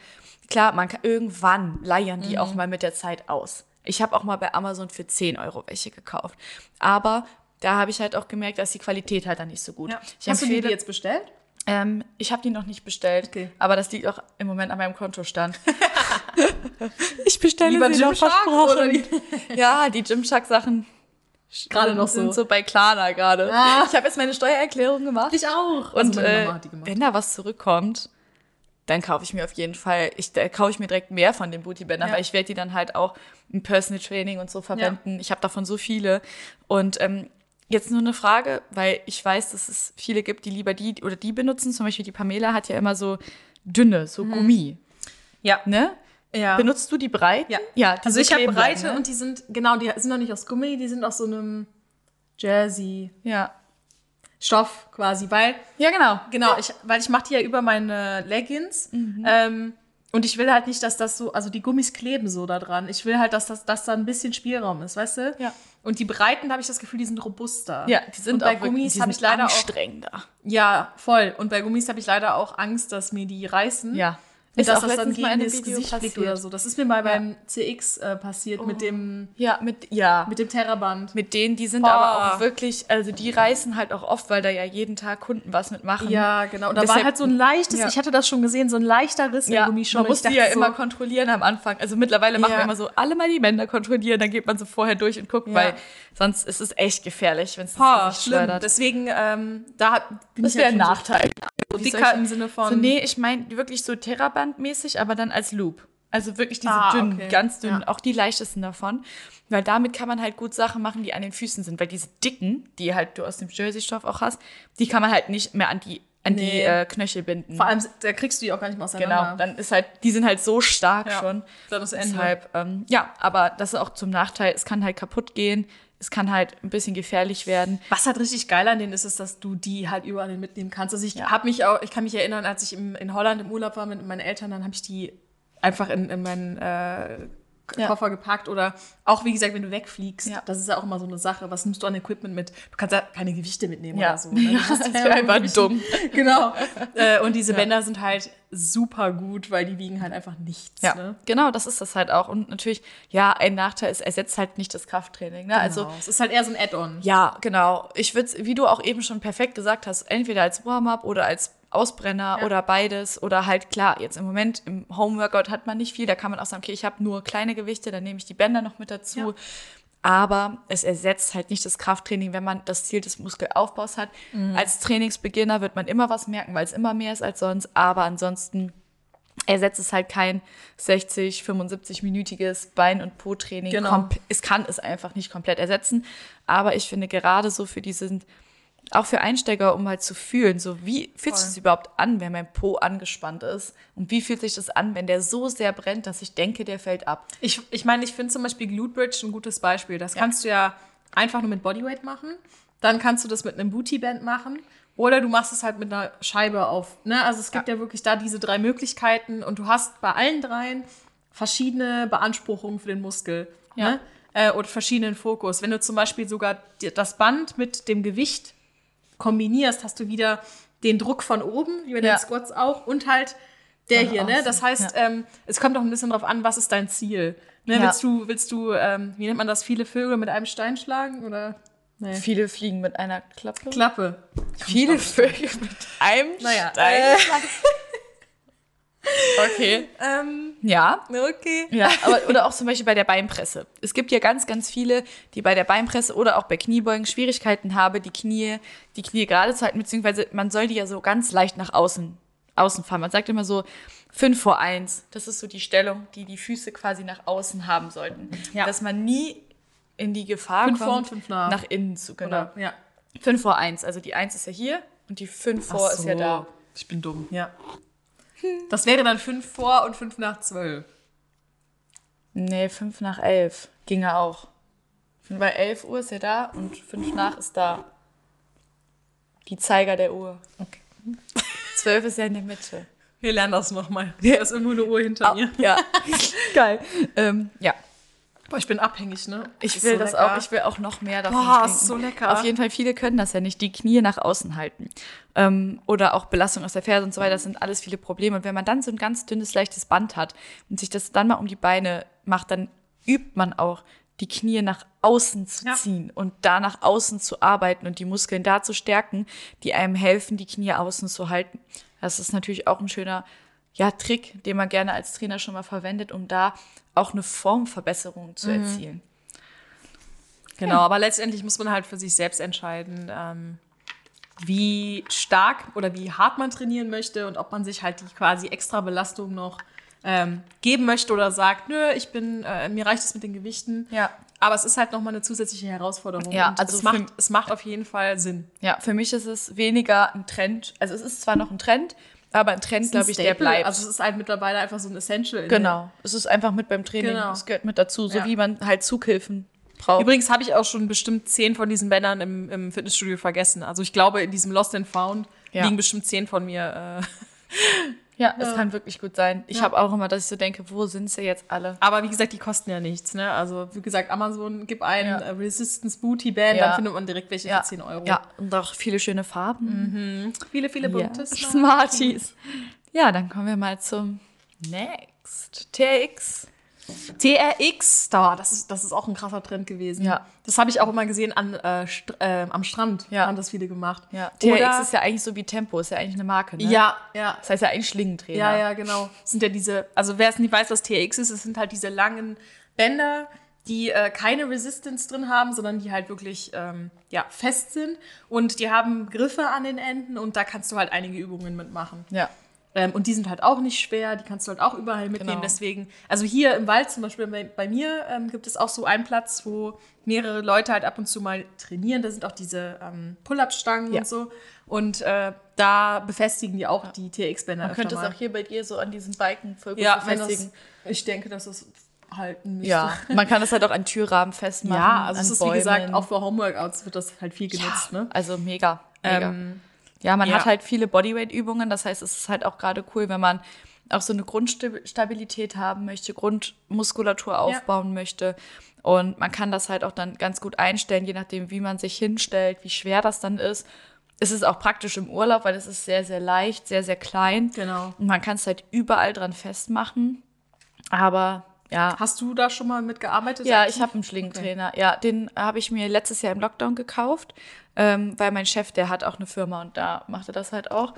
Speaker 2: klar, man kann, irgendwann leiern die
Speaker 1: Mhm.
Speaker 2: auch mal mit der Zeit aus. Ich habe auch mal bei Amazon für 10 Euro welche gekauft. Aber da habe ich halt auch gemerkt, dass die Qualität halt dann nicht so gut.
Speaker 1: Ja.
Speaker 2: Ich
Speaker 1: Hast du die
Speaker 2: empfehle-
Speaker 1: jetzt bestellt?
Speaker 2: ähm, ich habe die noch nicht bestellt,
Speaker 1: Okay.
Speaker 2: aber das liegt auch im Moment an meinem Kontostand. ich bestelle
Speaker 1: Lieber Gymshark oder die-
Speaker 2: ja, die Gymshark-Sachen
Speaker 1: Gerade
Speaker 2: sind-
Speaker 1: noch
Speaker 2: sind
Speaker 1: so.
Speaker 2: so bei Klana gerade.
Speaker 1: Ah.
Speaker 2: Ich habe jetzt meine Steuererklärung gemacht.
Speaker 1: Ich auch.
Speaker 2: und
Speaker 1: also meine
Speaker 2: äh,
Speaker 1: Mama hat die gemacht.
Speaker 2: wenn da was zurückkommt, dann kaufe ich mir auf jeden Fall, ich, da kaufe ich mir direkt mehr von den Bootybändern,
Speaker 1: Ja.
Speaker 2: weil ich werde die dann halt auch im Personal Training und so verwenden. Ich habe davon so viele. Und ähm, jetzt nur eine Frage, weil ich weiß, dass es viele gibt, die lieber die oder die benutzen. Zum Beispiel die Pamela hat ja immer so dünne, so Gummi.
Speaker 1: Ja.
Speaker 2: Ne?
Speaker 1: Mhm. Ja.
Speaker 2: Benutzt du die Breiten?
Speaker 1: Ja.
Speaker 2: ja die
Speaker 1: also
Speaker 2: so
Speaker 1: ich habe
Speaker 2: kleben bleiben,
Speaker 1: Breite
Speaker 2: ne?
Speaker 1: und die sind, genau, die sind noch nicht aus Gummi, die sind aus so einem Jersey-Stoff
Speaker 2: Ja.
Speaker 1: quasi, weil
Speaker 2: Ja, Mhm. genau.
Speaker 1: Genau, ich, weil ich mache die ja über meine Leggings. Ähm, und ich will halt nicht, dass das so, also die Gummis kleben so da dran. Ich will halt, dass, das, dass da ein bisschen Spielraum ist, weißt du?
Speaker 2: Ja.
Speaker 1: Und die Breiten, da habe ich das Gefühl, die sind robuster.
Speaker 2: Ja, die sind
Speaker 1: und bei
Speaker 2: auch
Speaker 1: Gummis
Speaker 2: wirklich,
Speaker 1: habe ich leider auch.
Speaker 2: anstrengender.
Speaker 1: Ja, voll. Und bei Gummis habe ich leider auch Angst, dass mir die reißen.
Speaker 2: Ja.
Speaker 1: Hm? Und dass
Speaker 2: auch
Speaker 1: das dann
Speaker 2: letztens mal
Speaker 1: gegen
Speaker 2: in einem
Speaker 1: das
Speaker 2: Video
Speaker 1: Gesicht fliegt
Speaker 2: passiert. Oh.
Speaker 1: oder so. Das ist mir mal beim CX äh, passiert mit dem,
Speaker 2: Ja, mit, ja.
Speaker 1: mit dem Terraband.
Speaker 2: Mit denen, die sind
Speaker 1: Boah.
Speaker 2: aber auch wirklich, also die reißen halt auch oft, weil da ja jeden Tag Kunden was mitmachen.
Speaker 1: Ja, genau. Und da
Speaker 2: Deshalb-
Speaker 1: war halt so ein leichtes,
Speaker 2: Ja.
Speaker 1: ich hatte das schon gesehen, so ein leichter Riss
Speaker 2: ja,
Speaker 1: im Gummi schon.
Speaker 2: man
Speaker 1: Und
Speaker 2: muss
Speaker 1: ich
Speaker 2: die
Speaker 1: dachte
Speaker 2: ja
Speaker 1: so,
Speaker 2: immer kontrollieren am Anfang. Also mittlerweile machen
Speaker 1: Ja.
Speaker 2: wir immer so, alle mal die Bänder kontrollieren, dann geht man so vorher durch und guckt,
Speaker 1: Ja.
Speaker 2: weil sonst ist es echt gefährlich, wenn es
Speaker 1: Boah,
Speaker 2: nicht
Speaker 1: schlimm.
Speaker 2: schleudert.
Speaker 1: Deswegen, ähm, da hat, bin
Speaker 2: Das
Speaker 1: ich
Speaker 2: wäre ein
Speaker 1: halt schon
Speaker 2: Nachteil.
Speaker 1: So, so
Speaker 2: Wie
Speaker 1: dicker
Speaker 2: solche-
Speaker 1: im Sinne von.
Speaker 2: So, nee, ich meine wirklich so Terraband-mäßig, aber dann als Loop. Also wirklich diese
Speaker 1: Ah,
Speaker 2: dünnen,
Speaker 1: okay.
Speaker 2: ganz dünnen,
Speaker 1: Ja.
Speaker 2: auch die leichtesten davon. Weil damit kann man halt gut Sachen machen, die an den Füßen sind. Weil diese dicken, die halt du aus dem Jersey-Stoff auch hast, die kann man halt nicht mehr an die, an die
Speaker 1: Nee.
Speaker 2: äh, Knöchel binden.
Speaker 1: Vor allem, da kriegst du die auch gar nicht mehr auseinander.
Speaker 2: Genau, dann ist halt, die sind halt so stark
Speaker 1: Ja,
Speaker 2: schon.
Speaker 1: dann ist Ende.
Speaker 2: Deshalb, ähm, ja, aber das ist auch zum Nachteil. Es kann halt kaputt gehen, es kann halt ein bisschen gefährlich werden.
Speaker 1: Was halt richtig geil an denen ist, ist, dass du die halt überall hin mitnehmen kannst. Also ich
Speaker 2: Ja.
Speaker 1: habe mich auch, ich kann mich erinnern, als ich im, in Holland im Urlaub war mit meinen Eltern, dann habe ich die einfach in, in meinen äh, K-
Speaker 2: Ja.
Speaker 1: Koffer gepackt oder auch wie gesagt, wenn du wegfliegst,
Speaker 2: Ja.
Speaker 1: das ist ja auch immer so eine Sache. Was nimmst du an Equipment mit? Du kannst ja keine Gewichte mitnehmen
Speaker 2: Ja.
Speaker 1: oder so. Ne?
Speaker 2: Ja,
Speaker 1: Das ist
Speaker 2: das
Speaker 1: ja
Speaker 2: wär einfach
Speaker 1: wirklich-
Speaker 2: dumm.
Speaker 1: Genau. Äh, und diese
Speaker 2: Ja.
Speaker 1: Bänder sind halt super gut, weil die wiegen halt einfach nichts.
Speaker 2: Ja,
Speaker 1: Ne?
Speaker 2: genau, das ist das halt auch. Und natürlich, ja, ein Nachteil ist, ersetzt halt nicht das Krafttraining. Ne? Also,
Speaker 1: genau. es ist halt eher so ein Add-on.
Speaker 2: ja, genau. Ich würde wie du auch eben schon perfekt gesagt hast, entweder als Warm-up oder als Ausbrenner
Speaker 1: Ja.
Speaker 2: oder beides. Oder halt, klar, jetzt im Moment im Home-Workout hat man nicht viel. Da kann man auch sagen, okay, ich habe nur kleine Gewichte, dann nehme ich die Bänder noch mit dazu.
Speaker 1: Ja.
Speaker 2: Aber es ersetzt halt nicht das Krafttraining, wenn man das Ziel des Muskelaufbaus hat.
Speaker 1: Mhm.
Speaker 2: Als Trainingsbeginner wird man immer was merken, weil es immer mehr ist als sonst. Aber ansonsten ersetzt es halt kein 60, 75-minütiges Bein- und Po-Training.
Speaker 1: Genau.
Speaker 2: Komp- Es kann es einfach nicht komplett ersetzen. Aber ich finde gerade so für diesen, auch für Einsteiger, um halt zu fühlen, so wie fühlt sich
Speaker 1: Voll.
Speaker 2: das überhaupt an, wenn mein Po angespannt ist? Und wie fühlt sich das an, wenn der so sehr brennt, dass ich denke, der fällt ab?
Speaker 1: Ich, ich meine, ich finde zum Beispiel Glute Bridge ein gutes Beispiel. Das kannst du ja einfach nur mit Bodyweight machen. Dann kannst du das mit einem Bootyband machen. Oder du machst es halt mit einer Scheibe auf. Ne? Also es gibt ja. wirklich da diese drei Möglichkeiten. Und du hast bei allen dreien verschiedene Beanspruchungen für den Muskel.
Speaker 2: Ja.
Speaker 1: Ne? Äh, und verschiedenen Fokus. Wenn du zum Beispiel sogar dir das Band mit dem Gewicht kombinierst, hast du wieder den Druck von oben, wie bei
Speaker 2: Ja.
Speaker 1: den Squats auch, und halt der
Speaker 2: Von
Speaker 1: hier, ne?
Speaker 2: außen,
Speaker 1: Das heißt, ähm, es kommt auch ein bisschen drauf an, was ist dein Ziel? Ne?
Speaker 2: Ja.
Speaker 1: Willst du, willst du, ähm, wie nennt man das, viele Vögel mit einem Stein schlagen oder? Nee.
Speaker 2: Viele fliegen mit einer Klappe.
Speaker 1: Klappe.
Speaker 2: Viele Vögel mit einem
Speaker 1: Naja, äh,
Speaker 2: Stein. okay.
Speaker 1: Ähm,
Speaker 2: Ja,
Speaker 1: okay.
Speaker 2: Ja, aber, oder auch zum Beispiel bei der Beinpresse. Es gibt ja ganz, ganz viele, die bei der Beinpresse oder auch bei Kniebeugen Schwierigkeiten haben, die Knie, die Knie gerade zu halten, beziehungsweise man soll die ja so ganz leicht nach außen, außen fahren. Man sagt immer so fünf vor eins. Das ist so die Stellung, die die Füße quasi nach außen haben sollten.
Speaker 1: Ja.
Speaker 2: Dass man nie in die Gefahr
Speaker 1: Fünf vor
Speaker 2: kommt,
Speaker 1: und fünf nach.
Speaker 2: innen zu, genau.
Speaker 1: Oder, ja.
Speaker 2: Fünf vor eins. Also die eins ist ja hier und die fünf vor ist ja da.
Speaker 1: Ich bin dumm. Ja. Das wäre dann fünf vor und fünf nach zwölf.
Speaker 2: Nee, fünf nach elf ginge auch. Weil 11 Uhr ist ja da und fünf nach ist da. Die Zeiger der Uhr.
Speaker 1: Okay.
Speaker 2: Zwölf ist ja in der Mitte.
Speaker 1: Wir lernen das nochmal. Da ist irgendwo eine Uhr hinter mir.
Speaker 2: Ja, geil. Ähm, ja,
Speaker 1: Boah, ich bin abhängig, ne?
Speaker 2: ich
Speaker 1: Ist
Speaker 2: will
Speaker 1: so
Speaker 2: das
Speaker 1: lecker.
Speaker 2: auch. Ich will auch noch mehr davon
Speaker 1: Boah,
Speaker 2: trinken.
Speaker 1: ist so lecker.
Speaker 2: Auf jeden Fall, viele können das ja nicht. Die Knie nach außen halten. Ähm, oder auch Belastung aus der Ferse und so weiter. Das sind alles viele Probleme. Und wenn man dann so ein ganz dünnes, leichtes Band hat und sich das dann mal um die Beine macht, dann übt man auch, die Knie nach außen zu
Speaker 1: Ja.
Speaker 2: ziehen und da nach außen zu arbeiten und die Muskeln da zu stärken, die einem helfen, die Knie außen zu halten. Das ist natürlich auch ein schöner ja, Trick, den man gerne als Trainer schon mal verwendet, um da auch eine Formverbesserung
Speaker 1: Mhm.
Speaker 2: zu erzielen.
Speaker 1: Genau, aber letztendlich muss man halt für sich selbst entscheiden, ähm, wie stark oder wie hart man trainieren möchte und ob man sich halt die quasi extra Belastung noch ähm, geben möchte oder sagt, nö, ich bin, äh, mir reicht es mit den Gewichten.
Speaker 2: Ja.
Speaker 1: Aber es ist halt nochmal eine zusätzliche Herausforderung.
Speaker 2: Ja,
Speaker 1: und
Speaker 2: also
Speaker 1: es
Speaker 2: für-
Speaker 1: macht, es macht auf jeden Fall Sinn.
Speaker 2: Ja, für mich ist es weniger ein Trend. Also es ist zwar noch ein Trend, aber ein Trend, glaube ich, der
Speaker 1: Staple,
Speaker 2: bleibt.
Speaker 1: Also es ist halt mittlerweile einfach so ein Essential. in
Speaker 2: genau. Es ist einfach mit beim Training.
Speaker 1: Genau.
Speaker 2: Es gehört mit dazu, so
Speaker 1: Ja.
Speaker 2: wie man halt Zughilfen
Speaker 1: der-
Speaker 2: braucht.
Speaker 1: Übrigens habe ich auch schon bestimmt zehn von diesen Bändern im, im Fitnessstudio vergessen. Also ich glaube, in diesem Lost and Found
Speaker 2: Ja.
Speaker 1: liegen bestimmt zehn von mir. Äh,
Speaker 2: ja, es kann wirklich gut sein. Ich
Speaker 1: Ja.
Speaker 2: habe auch immer, dass ich so denke, wo sind sie jetzt alle?
Speaker 1: Aber wie gesagt, die kosten ja nichts. Ne? Also wie gesagt, Amazon, gib ein
Speaker 2: Ja.
Speaker 1: äh, Resistance Booty Band,
Speaker 2: Ja.
Speaker 1: dann findet man direkt welche
Speaker 2: Ja.
Speaker 1: für 10 Euro.
Speaker 2: Ja, und auch viele schöne Farben.
Speaker 1: Viele, viele ne?
Speaker 2: Ja.
Speaker 1: bunte Smarts.
Speaker 2: Smarties. Ja, dann kommen wir mal zum Next. TX.
Speaker 1: TRX, da, das, ist, das ist auch ein krasser Trend gewesen.
Speaker 2: Ja.
Speaker 1: Das habe ich auch immer gesehen an, äh, Str- äh, am Strand,
Speaker 2: Ja.
Speaker 1: haben das viele gemacht.
Speaker 2: Ja, TX
Speaker 1: Oder,
Speaker 2: ist ja eigentlich so wie Tempo, ist ja eigentlich eine Marke. Ne?
Speaker 1: ja, ja.
Speaker 2: Das heißt ja eigentlich Schlingentrainer.
Speaker 1: Ja, ja, genau. Es Sind ja diese, also wer es nicht weiß, was TRX ist, es sind halt diese langen Bänder, die äh, keine Resistance drin haben, sondern die halt wirklich ähm, ja, fest sind. Und die haben Griffe an den Enden und da kannst du halt einige Übungen mitmachen.
Speaker 2: ja.
Speaker 1: Ähm, und die sind halt auch nicht schwer, die kannst du halt auch überall mitnehmen.
Speaker 2: Genau.
Speaker 1: Deswegen, also hier im Wald zum Beispiel bei, bei mir ähm, gibt es auch so einen Platz, wo mehrere Leute halt ab und zu mal trainieren. Da sind auch diese ähm, Pull-up-Stangen
Speaker 2: Ja.
Speaker 1: und so. Und äh, da befestigen die auch die TX-Bänder.
Speaker 2: Man könnte es
Speaker 1: mal.
Speaker 2: auch hier bei dir so an diesen Balken voll gut
Speaker 1: ja, wenn das,
Speaker 2: befestigen.
Speaker 1: ich denke, dass das halten müsste.
Speaker 2: Ja, man kann das halt auch an Türrahmen festmachen.
Speaker 1: ja also
Speaker 2: an
Speaker 1: es ist
Speaker 2: Bäumen.
Speaker 1: wie gesagt, auch für Homeworkouts wird das halt viel genutzt.
Speaker 2: ja,
Speaker 1: Ne?
Speaker 2: Also mega. mega.
Speaker 1: Ähm,
Speaker 2: ja, man
Speaker 1: ja.
Speaker 2: hat halt viele Bodyweight-Übungen. Das heißt, es ist halt auch gerade cool, wenn man auch so eine Grundstabilität haben möchte, Grundmuskulatur aufbauen möchte. Und man kann das halt auch dann ganz gut einstellen, je nachdem, wie man sich hinstellt, wie schwer das dann ist. Es ist auch praktisch im Urlaub, weil es ist sehr, sehr leicht, sehr, sehr klein.
Speaker 1: Genau.
Speaker 2: Und man kann es halt überall dran festmachen. Aber ja,
Speaker 1: Hast du da schon mal mitgearbeitet?
Speaker 2: ja, ich habe einen Schlingentrainer. Ja, den habe ich mir letztes Jahr im Lockdown gekauft, ähm, weil mein Chef, der hat auch eine Firma und da macht er das halt auch.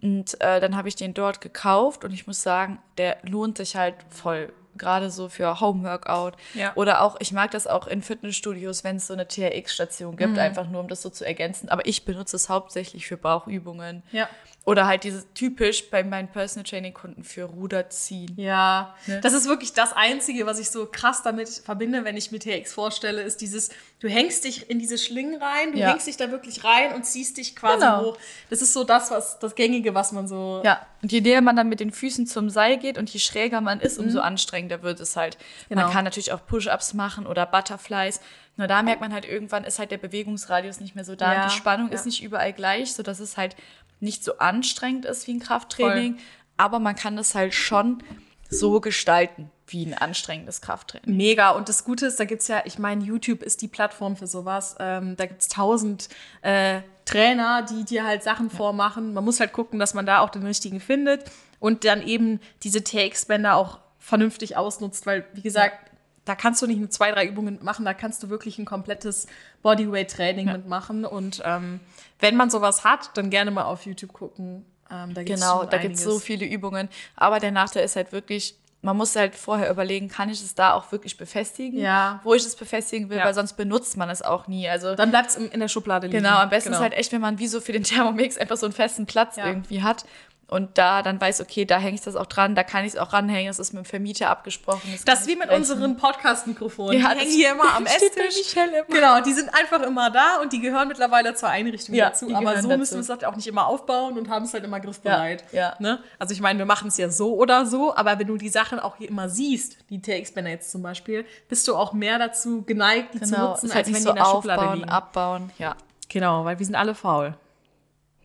Speaker 2: Und äh, dann habe ich den dort gekauft und ich muss sagen, der lohnt sich halt voll. Gerade so für Homeworkout.
Speaker 1: Ja.
Speaker 2: Oder auch, ich mag das auch in Fitnessstudios, wenn es so eine TRX-Station
Speaker 1: Mhm.
Speaker 2: gibt, einfach nur um das so zu ergänzen. Aber ich benutze es hauptsächlich für Bauchübungen.
Speaker 1: Ja.
Speaker 2: Oder halt dieses typisch bei meinen Personal Training-Kunden für Ruderziehen.
Speaker 1: Ja,
Speaker 2: Ne.
Speaker 1: das ist wirklich das Einzige, was ich so krass damit verbinde, wenn ich mir TX vorstelle, ist dieses, du hängst dich in diese Schlingen rein, du
Speaker 2: Ja.
Speaker 1: hängst dich da wirklich rein und ziehst dich quasi
Speaker 2: Genau.
Speaker 1: hoch. Das ist so das, was das Gängige, was man so.
Speaker 2: Ja, und je näher man dann mit den Füßen zum Seil geht und je schräger man ist, umso anstrengender wird es halt.
Speaker 1: Mhm. Genau.
Speaker 2: Man kann natürlich auch Push-Ups machen oder Butterflies. Nur da merkt man halt irgendwann, ist halt der Bewegungsradius nicht mehr so da.
Speaker 1: Ja,
Speaker 2: und die Spannung
Speaker 1: ja.
Speaker 2: ist nicht überall gleich, sodass es halt nicht so anstrengend ist wie ein Krafttraining. Aber man kann das halt schon so gestalten wie ein anstrengendes Krafttraining.
Speaker 1: Mega. Und das Gute ist, da gibt's ja, ich meine, YouTube ist die Plattform für sowas. Ähm, da gibt's tausend äh, Trainer, die dir halt Sachen vormachen. Man muss halt gucken, dass man da auch den richtigen findet und dann eben diese TX-Bänder auch vernünftig ausnutzt, weil, wie gesagt, da kannst du nicht nur zwei, drei Übungen machen, da kannst du wirklich ein komplettes Bodyweight-Training mitmachen. Und ähm, wenn man sowas hat, dann gerne mal auf YouTube gucken. Ähm, da gibt's
Speaker 2: Genau,
Speaker 1: schon
Speaker 2: da gibt es so
Speaker 1: einiges.
Speaker 2: viele Übungen. Aber der Nachteil ist halt wirklich, man muss halt vorher überlegen, kann ich es da auch wirklich befestigen?
Speaker 1: Ja.
Speaker 2: Wo ich es befestigen will,
Speaker 1: Ja.
Speaker 2: weil sonst benutzt man es auch nie. Also
Speaker 1: Dann bleibt's im- in der Schublade liegen.
Speaker 2: genau, am besten ist halt echt, wenn man wie so für den Thermomix einfach so einen festen Platz
Speaker 1: Ja.
Speaker 2: irgendwie hat. Und da dann weiß, okay, da hänge ich das auch dran, da kann ich es auch ranhängen, das ist mit dem Vermieter abgesprochen.
Speaker 1: Das
Speaker 2: kann
Speaker 1: ist wie
Speaker 2: ich
Speaker 1: mit
Speaker 2: brechen.
Speaker 1: unseren Podcast-Mikrofonen.
Speaker 2: Ja,
Speaker 1: die
Speaker 2: das
Speaker 1: hängen hier immer am
Speaker 2: steht bei
Speaker 1: Esstisch.
Speaker 2: Michelle immer.
Speaker 1: Genau, die sind einfach immer da und die gehören mittlerweile zur Einrichtung
Speaker 2: Ja,
Speaker 1: dazu.
Speaker 2: die
Speaker 1: Aber
Speaker 2: gehören
Speaker 1: so
Speaker 2: dazu.
Speaker 1: müssen wir es halt auch nicht immer aufbauen und haben es halt immer griffbereit.
Speaker 2: Ja, ja.
Speaker 1: Ne? Also ich meine, wir machen es ja so oder so, aber wenn du die Sachen auch hier immer siehst, die TX-Banner jetzt zum Beispiel, bist du auch mehr dazu geneigt, die zu
Speaker 2: Genau,
Speaker 1: nutzen,
Speaker 2: ist
Speaker 1: als
Speaker 2: halt
Speaker 1: wenn
Speaker 2: nicht
Speaker 1: die
Speaker 2: so
Speaker 1: in der Schublade
Speaker 2: aufbauen,
Speaker 1: liegen.
Speaker 2: abbauen. Ja,
Speaker 1: Genau, weil wir sind alle faul.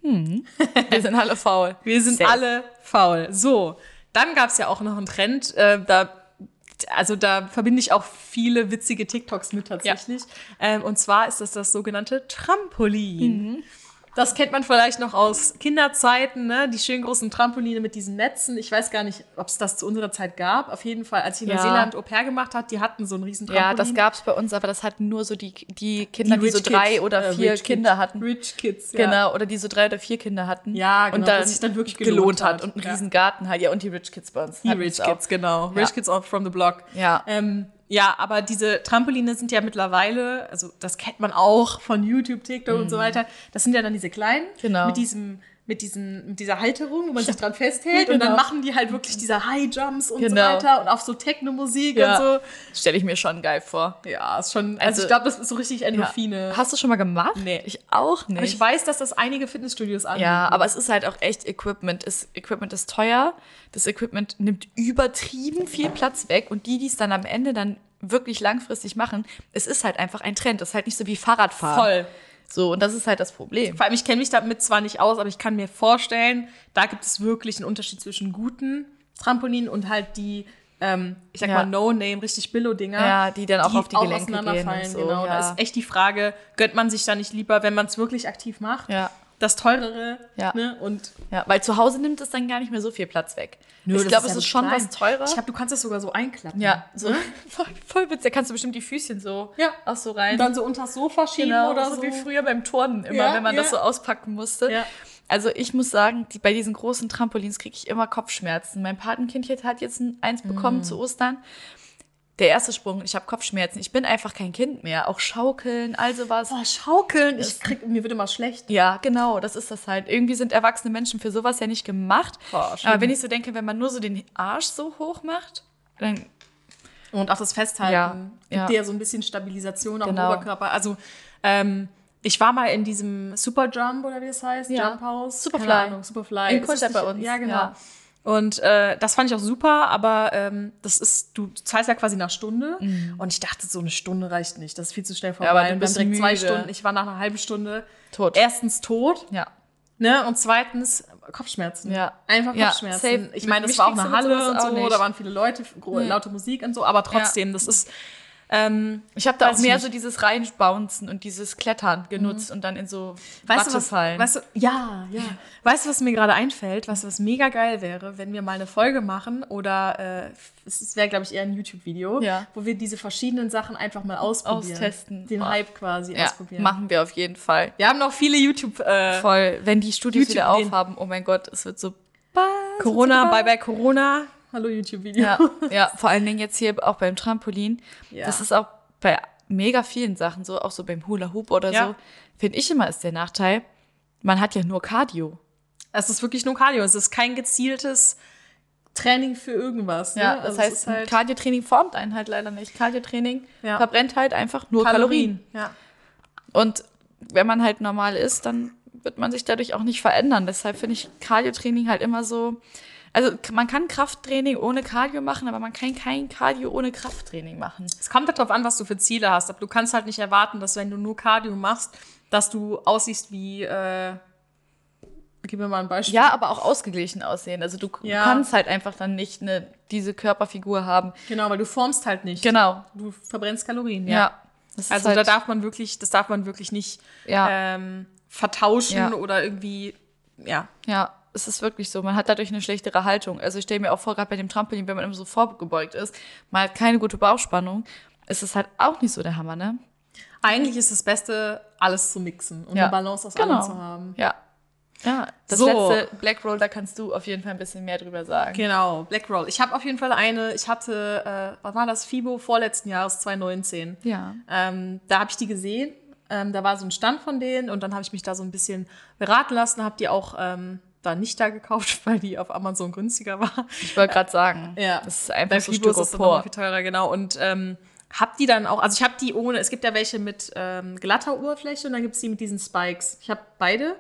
Speaker 2: wir sind alle faul.
Speaker 1: Wir sind
Speaker 2: Safe.
Speaker 1: alle faul. So, dann gab es ja auch noch einen Trend, äh, da, also da verbinde ich auch viele witzige TikToks mit tatsächlich. Ähm, und zwar ist das das sogenannte Trampolin.
Speaker 2: Mhm.
Speaker 1: Das kennt man vielleicht noch aus Kinderzeiten, ne? die schönen großen Trampoline mit diesen Netzen. Ich weiß gar nicht, ob es das zu unserer Zeit gab. Auf jeden Fall, als ich in
Speaker 2: Ja.
Speaker 1: Neuseeland Au pair gemacht hat, die hatten so einen riesen Trampolin.
Speaker 2: Ja, das gab's bei uns, aber das hatten nur so die, die Kinder, die, so
Speaker 1: Rich
Speaker 2: drei
Speaker 1: Kids,
Speaker 2: oder
Speaker 1: äh,
Speaker 2: vier
Speaker 1: Rich
Speaker 2: Kinder
Speaker 1: Kids,
Speaker 2: hatten.
Speaker 1: Rich Kids, ja.
Speaker 2: Genau, oder die so drei oder vier Kinder hatten.
Speaker 1: Ja, genau,
Speaker 2: Und dann,
Speaker 1: dass sich dann wirklich gelohnt
Speaker 2: gelohnt,
Speaker 1: hat.
Speaker 2: hat. Und einen
Speaker 1: Ja.
Speaker 2: riesen Garten halt. Ja, und die Rich Kids bei uns.
Speaker 1: Die
Speaker 2: hatten's
Speaker 1: Rich
Speaker 2: auch.
Speaker 1: Kids, genau.
Speaker 2: Ja.
Speaker 1: Rich Kids auch from the block.
Speaker 2: Ja.
Speaker 1: Ähm, ja, aber diese Trampoline sind ja mittlerweile, also das kennt man auch von YouTube, TikTok und so weiter. Das sind ja dann diese kleinen
Speaker 2: Mhm. Genau.
Speaker 1: mit diesem mit, diesen, mit dieser Halterung, wo man sich dran festhält und dann
Speaker 2: Genau.
Speaker 1: machen die halt wirklich diese High Jumps und so
Speaker 2: Genau.
Speaker 1: weiter und auf so Techno-Musik
Speaker 2: Ja.
Speaker 1: und
Speaker 2: Stelle ich mir schon geil vor.
Speaker 1: so. Ja, ist schon, also,
Speaker 2: Also-
Speaker 1: ich glaube, das ist so richtig Endorphine.
Speaker 2: Hast du schon mal gemacht?
Speaker 1: Nee.
Speaker 2: Ich auch nicht.
Speaker 1: Aber ich weiß, dass das einige Fitnessstudios anbieten.
Speaker 2: ja, aber es ist halt auch echt Equipment. Ist, Equipment ist teuer. Das Equipment nimmt übertrieben viel Platz weg. Und die, die es dann am Ende dann wirklich langfristig machen, es ist halt einfach ein Trend. Es ist halt nicht so wie Fahrradfahren.
Speaker 1: voll.
Speaker 2: So, und das ist halt das Problem.
Speaker 1: Vor allem, ich kenne mich damit zwar nicht aus, aber ich kann mir vorstellen, da gibt es wirklich einen Unterschied zwischen guten Trampolinen und halt die, ähm, ich sag
Speaker 2: Ja.
Speaker 1: mal, No-Name, richtig Billo-Dinger.
Speaker 2: Ja, die dann auch auf die Gelenke gehen und
Speaker 1: auseinanderfallen,
Speaker 2: so,
Speaker 1: genau. Da
Speaker 2: ja.
Speaker 1: ist echt die Frage, gönnt man sich da nicht lieber, wenn man es wirklich aktiv macht,
Speaker 2: Ja.
Speaker 1: das teurere
Speaker 2: Ja.
Speaker 1: ne? und
Speaker 2: Ja, weil zu Hause nimmt es dann gar nicht mehr so viel Platz weg. ich
Speaker 1: das
Speaker 2: glaube,
Speaker 1: ja
Speaker 2: es ist
Speaker 1: so
Speaker 2: schon
Speaker 1: klein.
Speaker 2: was teurer.
Speaker 1: Ich glaube, du kannst das sogar so einklappen.
Speaker 2: ja, so voll, voll witzig. Da kannst du bestimmt die Füßchen so
Speaker 1: Ja.
Speaker 2: auch so
Speaker 1: Und
Speaker 2: rein.
Speaker 1: dann so unter das Sofa schieben
Speaker 2: genau,
Speaker 1: oder so.
Speaker 2: wie früher beim Turnen immer,
Speaker 1: Ja,
Speaker 2: wenn man das
Speaker 1: ja.
Speaker 2: so auspacken musste.
Speaker 1: Ja.
Speaker 2: Also ich muss sagen, die, bei diesen großen Mm. Trampolins kriege ich immer Kopfschmerzen. Mein Patenkindchen hat jetzt ein eins bekommen zu Ostern. der erste Sprung, ich habe Kopfschmerzen, ich bin einfach kein Kind mehr. Auch Schaukeln, all sowas.
Speaker 1: Boah, schaukeln. Ich krieg, mir wird immer schlecht.
Speaker 2: Ja, genau, das ist das halt. Irgendwie sind erwachsene Menschen für sowas ja nicht gemacht.
Speaker 1: Boah, schlimm.
Speaker 2: Aber wenn ich so denke, wenn man nur so den Arsch so hoch macht, dann
Speaker 1: Und auch das Festhalten
Speaker 2: Ja,
Speaker 1: gibt
Speaker 2: ja.
Speaker 1: dir ja so ein bisschen Stabilisation am
Speaker 2: Genau.
Speaker 1: Oberkörper. Also, ähm, ich war mal in diesem Super Jump oder wie das heißt,
Speaker 2: Ja.
Speaker 1: Jump House.
Speaker 2: Superfly.
Speaker 1: Keine Ahnung, Superfly.
Speaker 2: In
Speaker 1: Das
Speaker 2: Kurstadt
Speaker 1: ist-
Speaker 2: bei uns,
Speaker 1: Ja, genau.
Speaker 2: ja.
Speaker 1: Und äh, das fand ich auch super, aber ähm, das ist, du zahlst ja quasi nach Stunde. Und ich dachte, so eine Stunde reicht nicht. Das ist viel zu schnell vorbei.
Speaker 2: Mhm. aber du
Speaker 1: Und
Speaker 2: bist
Speaker 1: dann direkt zwei
Speaker 2: müde.
Speaker 1: Stunden. Ich war nach einer halben Stunde
Speaker 2: tot.
Speaker 1: erstens tot,
Speaker 2: ja.
Speaker 1: ne? Und zweitens Kopfschmerzen.
Speaker 2: Ja.
Speaker 1: Einfach
Speaker 2: Ja,
Speaker 1: Kopfschmerzen.
Speaker 2: safe.
Speaker 1: Ich
Speaker 2: Mit
Speaker 1: meine,
Speaker 2: mich
Speaker 1: das war auch
Speaker 2: kriegst
Speaker 1: eine
Speaker 2: du mit
Speaker 1: Halle
Speaker 2: sowas
Speaker 1: und
Speaker 2: auch
Speaker 1: so,
Speaker 2: nicht.
Speaker 1: da waren viele Leute, gro- laute Musik und so, aber trotzdem, das ist. Ähm,
Speaker 2: Ich habe da
Speaker 1: Weiß
Speaker 2: auch mehr
Speaker 1: nicht. Mhm.
Speaker 2: so dieses Reinbouncen und dieses Klettern genutzt und dann in so
Speaker 1: weißt
Speaker 2: Watte
Speaker 1: du, was,
Speaker 2: fallen.
Speaker 1: weißt du, ja, ja. Weißt du, was mir gerade einfällt? Weißt du, was mega geil wäre, wenn wir mal eine Folge machen oder äh, es wäre, glaube ich, eher ein YouTube-Video,
Speaker 2: Ja.
Speaker 1: wo wir diese verschiedenen Sachen einfach mal ausprobieren.
Speaker 2: Austesten.
Speaker 1: Den
Speaker 2: Boah.
Speaker 1: Hype quasi
Speaker 2: ja,
Speaker 1: ausprobieren.
Speaker 2: machen wir auf jeden Fall.
Speaker 1: Wir haben noch viele YouTube, äh,
Speaker 2: Voll, wenn die Studios
Speaker 1: YouTube
Speaker 2: wieder
Speaker 1: gehen.
Speaker 2: aufhaben, oh mein Gott, es wird so bad.
Speaker 1: Corona, bye bye Corona. Hallo YouTube-Video.
Speaker 2: Ja, ja, vor allen Dingen jetzt hier auch beim Trampolin.
Speaker 1: Ja.
Speaker 2: Das ist auch bei mega vielen Sachen so, auch so beim Hula Hoop oder
Speaker 1: Ja.
Speaker 2: so, finde ich immer ist der Nachteil. Man hat ja nur Cardio.
Speaker 1: Es ist wirklich nur Cardio. Es ist kein gezieltes Training für irgendwas. ne?
Speaker 2: Ja, das
Speaker 1: Also es
Speaker 2: heißt,
Speaker 1: ist halt
Speaker 2: Cardiotraining formt einen halt leider nicht. Cardiotraining
Speaker 1: Ja.
Speaker 2: verbrennt halt einfach nur Kalorien.
Speaker 1: Ja.
Speaker 2: Und wenn man halt normal ist, dann wird man sich dadurch auch nicht verändern. Deshalb finde ich Cardio-Training halt immer so. Also k- man kann Krafttraining ohne Cardio machen, aber man kann kein Cardio ohne Krafttraining machen.
Speaker 1: Es kommt darauf an, was du für Ziele hast. Aber du kannst halt nicht erwarten, dass wenn du nur Cardio machst, dass du aussiehst wie. Äh, gib mir mal ein Beispiel.
Speaker 2: Ja, aber auch ausgeglichen aussehen. Also du k-
Speaker 1: Ja.
Speaker 2: kannst halt einfach dann nicht ne, diese Körperfigur haben.
Speaker 1: Genau, weil du formst halt nicht.
Speaker 2: Genau.
Speaker 1: Du verbrennst Kalorien.
Speaker 2: Ja.
Speaker 1: Ja.
Speaker 2: Das ist
Speaker 1: Also
Speaker 2: halt,
Speaker 1: da darf man wirklich, das darf man wirklich nicht
Speaker 2: Ja.
Speaker 1: ähm, vertauschen
Speaker 2: Ja.
Speaker 1: oder irgendwie. Ja.
Speaker 2: Ja, es ist wirklich so. Man hat dadurch eine schlechtere Haltung. Also ich stelle mir auch vor, gerade bei dem Trampolin, wenn man immer so vorgebeugt ist, man hat keine gute Bauchspannung, ist es halt auch nicht so der Hammer, ne?
Speaker 1: Eigentlich ist das Beste, alles zu mixen und Um
Speaker 2: Ja. Genau.
Speaker 1: eine Balance aus allem zu haben.
Speaker 2: Ja. Ja, das
Speaker 1: So.
Speaker 2: letzte Black Roll, da kannst du auf jeden Fall ein bisschen mehr drüber sagen.
Speaker 1: Genau, Black Roll. Ich habe auf jeden Fall eine, ich hatte, äh, was war das, FIBO vorletzten Jahres, 2019.
Speaker 2: Ja.
Speaker 1: Ähm, da habe ich die gesehen, ähm, da war so ein Stand von denen und dann habe ich mich da so ein bisschen beraten lassen, habe die auch ähm, da nicht da gekauft, weil die auf Amazon günstiger war.
Speaker 2: Ich wollte gerade sagen,
Speaker 1: Ja.
Speaker 2: das ist einfach
Speaker 1: Bei
Speaker 2: so
Speaker 1: FIBO ist es dann nochmal
Speaker 2: Styropor.
Speaker 1: viel teurer, genau. Und ähm, hab die dann auch, also ich habe die ohne, es gibt ja welche mit ähm, glatter Oberfläche und dann gibt es die mit diesen Spikes. Ich habe beide,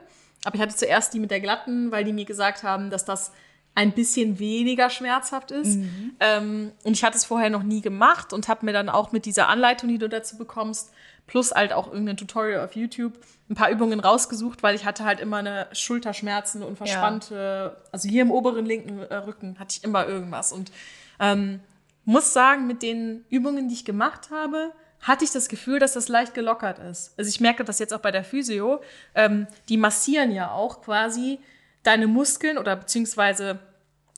Speaker 1: aber ich hatte zuerst die mit der glatten, weil die mir gesagt haben, dass das ein bisschen weniger schmerzhaft ist.
Speaker 2: Mhm.
Speaker 1: Ähm, und ich hatte es vorher noch nie gemacht und habe mir dann auch mit dieser Anleitung, die du dazu bekommst, plus halt auch irgendein Tutorial auf YouTube, ein paar Übungen rausgesucht, weil ich hatte halt immer eine Schulterschmerzen und verspannte, also hier im oberen linken äh, Rücken hatte ich immer irgendwas. Und ähm, muss sagen, mit den Übungen, die ich gemacht habe, hatte ich das Gefühl, dass das leicht gelockert ist. Also ich merke das jetzt auch bei der Physio. Ähm, die massieren ja auch quasi deine Muskeln oder beziehungsweise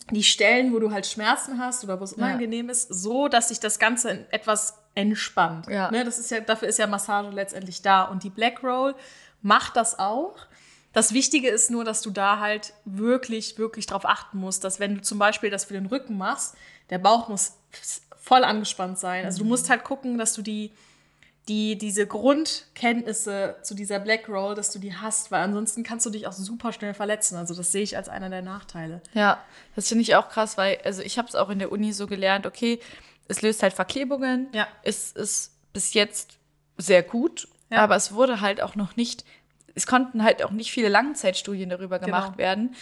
Speaker 1: die Stellen, wo du halt Schmerzen hast oder wo es unangenehm ist, so, dass sich das Ganze in- etwas entspannt.
Speaker 2: Ja.
Speaker 1: Ne, das ist ja, dafür ist ja Massage letztendlich da. Und die Black Roll macht das auch. Das Wichtige ist nur, dass du da halt wirklich, wirklich drauf achten musst, dass wenn du zum Beispiel das für den Rücken machst, der Bauch muss voll angespannt sein.
Speaker 2: Mhm.
Speaker 1: Also du musst halt gucken, dass du die, die, diese Grundkenntnisse zu dieser Black Roll, dass du die hast, weil ansonsten kannst du dich auch super schnell verletzen. Also das sehe ich als einer der Nachteile.
Speaker 2: Ja, das finde ich auch krass, weil, also ich habe es auch in der Uni so gelernt, okay, es löst halt Verklebungen.
Speaker 1: Ja.
Speaker 2: Es ist bis jetzt sehr gut,
Speaker 1: Ja.
Speaker 2: aber es wurde halt auch noch nicht, es konnten halt auch nicht viele Langzeitstudien darüber gemacht
Speaker 1: Genau.
Speaker 2: werden,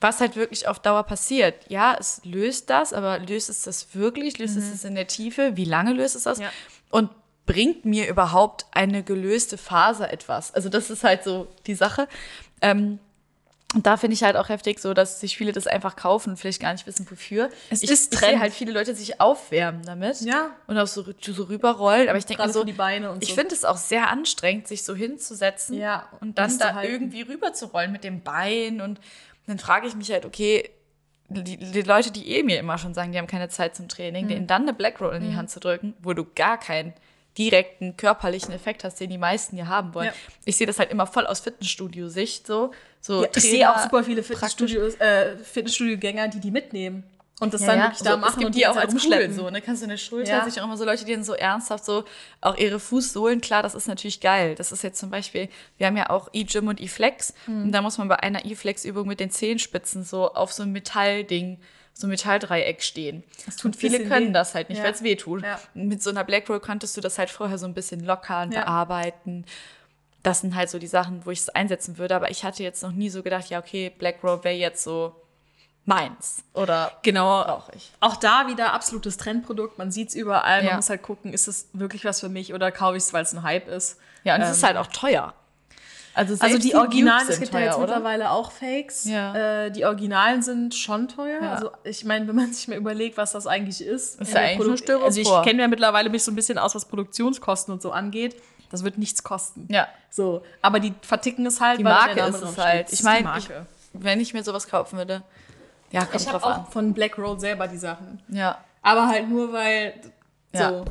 Speaker 2: was halt wirklich auf Dauer passiert. Ja, es löst das, aber löst es das wirklich? Löst es das in der Tiefe? Wie lange löst es das?
Speaker 1: Mhm. Ja.
Speaker 2: Und bringt mir überhaupt eine gelöste Faser etwas? Also das ist halt so die Sache. Ähm, und da finde ich halt auch heftig so, dass sich viele das einfach kaufen und vielleicht gar nicht wissen, wofür.
Speaker 1: Es
Speaker 2: ich,
Speaker 1: ist
Speaker 2: ich sehe
Speaker 1: Trend.
Speaker 2: halt viele Leute sich aufwärmen damit.
Speaker 1: Ja.
Speaker 2: Und auch so, rü- so rüberrollen. Aber ich denke
Speaker 1: Gerade
Speaker 2: mir so,
Speaker 1: für die Beine und so.
Speaker 2: ich finde es auch sehr anstrengend, sich so hinzusetzen
Speaker 1: Ja,
Speaker 2: und dann
Speaker 1: das zu
Speaker 2: da
Speaker 1: halten.
Speaker 2: irgendwie rüberzurollen mit dem Bein. Und dann frage ich mich halt, okay, die, die Leute, die eh mir immer schon sagen, die haben keine Zeit zum Training,
Speaker 1: Hm.
Speaker 2: denen dann eine Black Roll in die Hand zu drücken, wo du gar keinen direkten körperlichen Effekt hast, den die meisten ja haben wollen.
Speaker 1: Ja.
Speaker 2: Ich sehe das halt immer voll aus Fitnessstudio-Sicht so. so
Speaker 1: Ja, ich sehe auch
Speaker 2: Trainer
Speaker 1: super viele
Speaker 2: praktisch-
Speaker 1: Fitnessstudios, äh, Fitnessstudio-Gänger, die die mitnehmen. Und das
Speaker 2: Ja,
Speaker 1: dann
Speaker 2: ja.
Speaker 1: wirklich da
Speaker 2: so,
Speaker 1: machen
Speaker 2: es gibt
Speaker 1: und
Speaker 2: die auch
Speaker 1: Zeit
Speaker 2: als
Speaker 1: rumschleppen.
Speaker 2: cool, so, ne? Kannst du in der Schulter
Speaker 1: Ja.
Speaker 2: sich auch immer so Leute, die dann so ernsthaft so auch ihre Fußsohlen, klar, das ist natürlich geil. Das ist jetzt zum Beispiel, wir haben ja auch E-Gym und E-Flex
Speaker 1: Mhm.
Speaker 2: und da muss man bei einer E-Flex-Übung mit den Zehenspitzen so auf so ein Metallding, so ein Metalldreieck stehen.
Speaker 1: Das tut
Speaker 2: und viele
Speaker 1: bisschen
Speaker 2: können
Speaker 1: weh.
Speaker 2: das halt nicht,
Speaker 1: Ja.
Speaker 2: weil es weh tut.
Speaker 1: Ja.
Speaker 2: Und Mit so einer Blackroll konntest du das halt vorher so ein bisschen lockern,
Speaker 1: Ja.
Speaker 2: bearbeiten. Das sind halt so die Sachen, wo ich es einsetzen würde, aber ich hatte jetzt noch nie so gedacht, ja, okay, Blackroll wäre jetzt so meins oder
Speaker 1: Genau,
Speaker 2: brauche ich.
Speaker 1: auch da wieder absolutes Trendprodukt. Man sieht es überall.
Speaker 2: Ja.
Speaker 1: Man muss halt gucken, ist es wirklich was für mich oder kaufe ich es, weil es ein Hype ist.
Speaker 2: Ja, und es
Speaker 1: Ähm,
Speaker 2: ist halt auch teuer. Also,
Speaker 1: Also
Speaker 2: selbst
Speaker 1: die
Speaker 2: Dupes
Speaker 1: Originalen,
Speaker 2: sind
Speaker 1: es gibt ja jetzt
Speaker 2: teuer, oder?
Speaker 1: mittlerweile auch Fakes.
Speaker 2: Ja.
Speaker 1: Äh, die Originalen sind schon teuer.
Speaker 2: Ja.
Speaker 1: Also ich meine, wenn man sich mal überlegt, was das eigentlich ist.
Speaker 2: Ist
Speaker 1: in
Speaker 2: ja
Speaker 1: der
Speaker 2: eigentlich nur
Speaker 1: Produkt- Also
Speaker 2: Styropor.
Speaker 1: ich kenne ja mittlerweile mich so ein bisschen aus, was Produktionskosten und so angeht. Das wird nichts kosten.
Speaker 2: Ja.
Speaker 1: So, aber die verticken es halt.
Speaker 2: Die
Speaker 1: weil da der
Speaker 2: Marke
Speaker 1: Name
Speaker 2: ist es
Speaker 1: draufsteht.
Speaker 2: halt.
Speaker 1: Es
Speaker 2: Ich
Speaker 1: ist die
Speaker 2: meine, ich,
Speaker 1: Marke.
Speaker 2: wenn ich mir sowas kaufen würde, ja, kommt
Speaker 1: ich
Speaker 2: drauf
Speaker 1: habe
Speaker 2: an.
Speaker 1: auch von Black Roll selber die Sachen.
Speaker 2: Ja.
Speaker 1: Aber halt nur, weil so,
Speaker 2: Ja.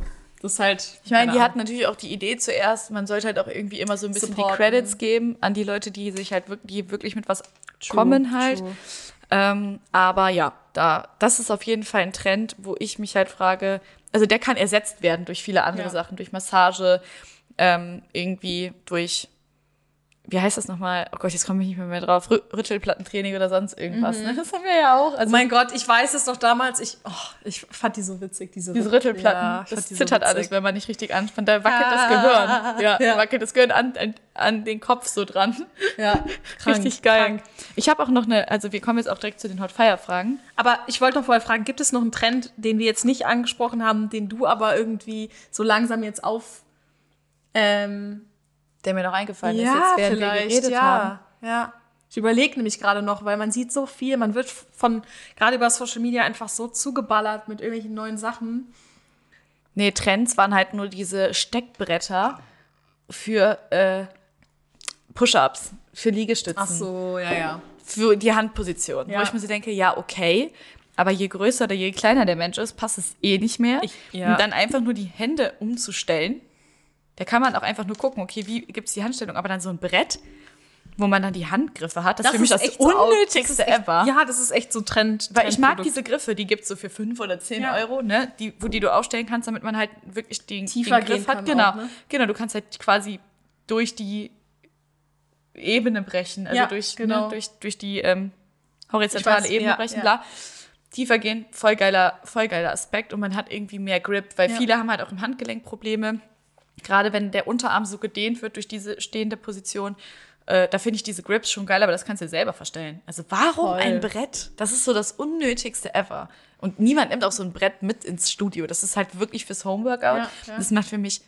Speaker 1: das ist halt.
Speaker 2: Ich meine,
Speaker 1: keine
Speaker 2: die
Speaker 1: Ahnung.
Speaker 2: hatten natürlich auch die Idee zuerst, man sollte halt auch irgendwie immer so ein bisschen
Speaker 1: Supporten.
Speaker 2: die Credits geben an die Leute, die sich halt wirklich, die wirklich mit was
Speaker 1: True,
Speaker 2: kommen halt.
Speaker 1: true.
Speaker 2: Ähm, aber ja, da, das ist auf jeden Fall ein Trend, wo ich mich halt frage, also der kann ersetzt werden durch viele andere
Speaker 1: Ja.
Speaker 2: Sachen, durch Massage, ähm, irgendwie durch, wie heißt das nochmal? Oh Gott, jetzt komme ich nicht mehr, mehr drauf. Rü Rüttelplattentraining oder sonst irgendwas.
Speaker 1: Mhm.
Speaker 2: Ne? Das haben wir ja auch.
Speaker 1: Oh
Speaker 2: Also
Speaker 1: mein Gott, ich weiß es doch damals. Ich, oh, ich fand die so witzig, diese,
Speaker 2: diese
Speaker 1: Rüt-
Speaker 2: Rüttelplatten,
Speaker 1: Ja, ich fand
Speaker 2: das
Speaker 1: die so
Speaker 2: zittert
Speaker 1: witzig.
Speaker 2: alles, wenn man nicht richtig anspannt. Da wackelt das
Speaker 1: Ah.
Speaker 2: Gehirn. Ja,
Speaker 1: Ja.
Speaker 2: wackelt das Gehirn an, an, an den Kopf so dran.
Speaker 1: Ja, krank,
Speaker 2: richtig geil.
Speaker 1: Krank.
Speaker 2: Ich habe auch noch eine, also wir kommen jetzt auch direkt zu den Hot Fire Fragen.
Speaker 1: Aber ich wollte noch vorher fragen, gibt es noch einen Trend, den wir jetzt nicht angesprochen haben, den du aber irgendwie so langsam jetzt auf ähm,
Speaker 2: Der mir noch eingefallen ist, jetzt während wir geredet
Speaker 1: ja,
Speaker 2: haben.
Speaker 1: ja. Ich überlege nämlich gerade noch, weil man sieht so viel, man wird von gerade über Social Media einfach so zugeballert mit irgendwelchen neuen Sachen.
Speaker 2: Nee, Trends waren halt nur diese Steckbretter für äh, Push-Ups, für Liegestützen,
Speaker 1: so, ja, ja.
Speaker 2: für die Handposition. Wo
Speaker 1: Ja.
Speaker 2: ich mir so denke, ja, okay, aber je größer oder je kleiner der Mensch ist, passt es eh nicht mehr.
Speaker 1: Ich- ja.
Speaker 2: Und dann einfach nur die Hände umzustellen, da kann man auch einfach nur gucken, okay, wie gibt es die Handstellung, aber dann so ein Brett, wo man dann die Handgriffe hat, das, ist für mich das
Speaker 1: so au-
Speaker 2: unnötigste
Speaker 1: das ist echt,
Speaker 2: ever.
Speaker 1: Ja, das ist echt so ein Trend.
Speaker 2: Weil ich mag
Speaker 1: Trendprodukt.
Speaker 2: diese Griffe, die gibt's so für fünf oder zehn
Speaker 1: Ja.
Speaker 2: Euro, ne? Die, wo die du aufstellen kannst, damit man halt wirklich den,
Speaker 1: Tiefer
Speaker 2: den Griff
Speaker 1: gehen
Speaker 2: hat.
Speaker 1: kann
Speaker 2: Genau.
Speaker 1: auch, ne?
Speaker 2: Genau, du kannst halt quasi durch die Ebene brechen, also
Speaker 1: Ja,
Speaker 2: durch,
Speaker 1: genau.
Speaker 2: ne? durch, durch die ähm, horizontale
Speaker 1: Ich weiß,
Speaker 2: Ebene
Speaker 1: ja,
Speaker 2: brechen,
Speaker 1: ja.
Speaker 2: bla. Tiefer gehen, voll geiler, voll geiler Aspekt und man hat irgendwie mehr Grip, weil
Speaker 1: Ja.
Speaker 2: viele haben halt auch im Handgelenk Probleme. Gerade wenn der Unterarm so gedehnt wird durch diese stehende Position, äh, da finde ich diese Grips schon geil, aber das kannst du dir selber verstellen. Also warum
Speaker 1: Voll.
Speaker 2: ein Brett? Das ist so das Unnötigste ever. Und niemand nimmt auch so ein Brett mit ins Studio. Das ist halt wirklich fürs Homeworkout.
Speaker 1: Ja, ja.
Speaker 2: Das macht für mich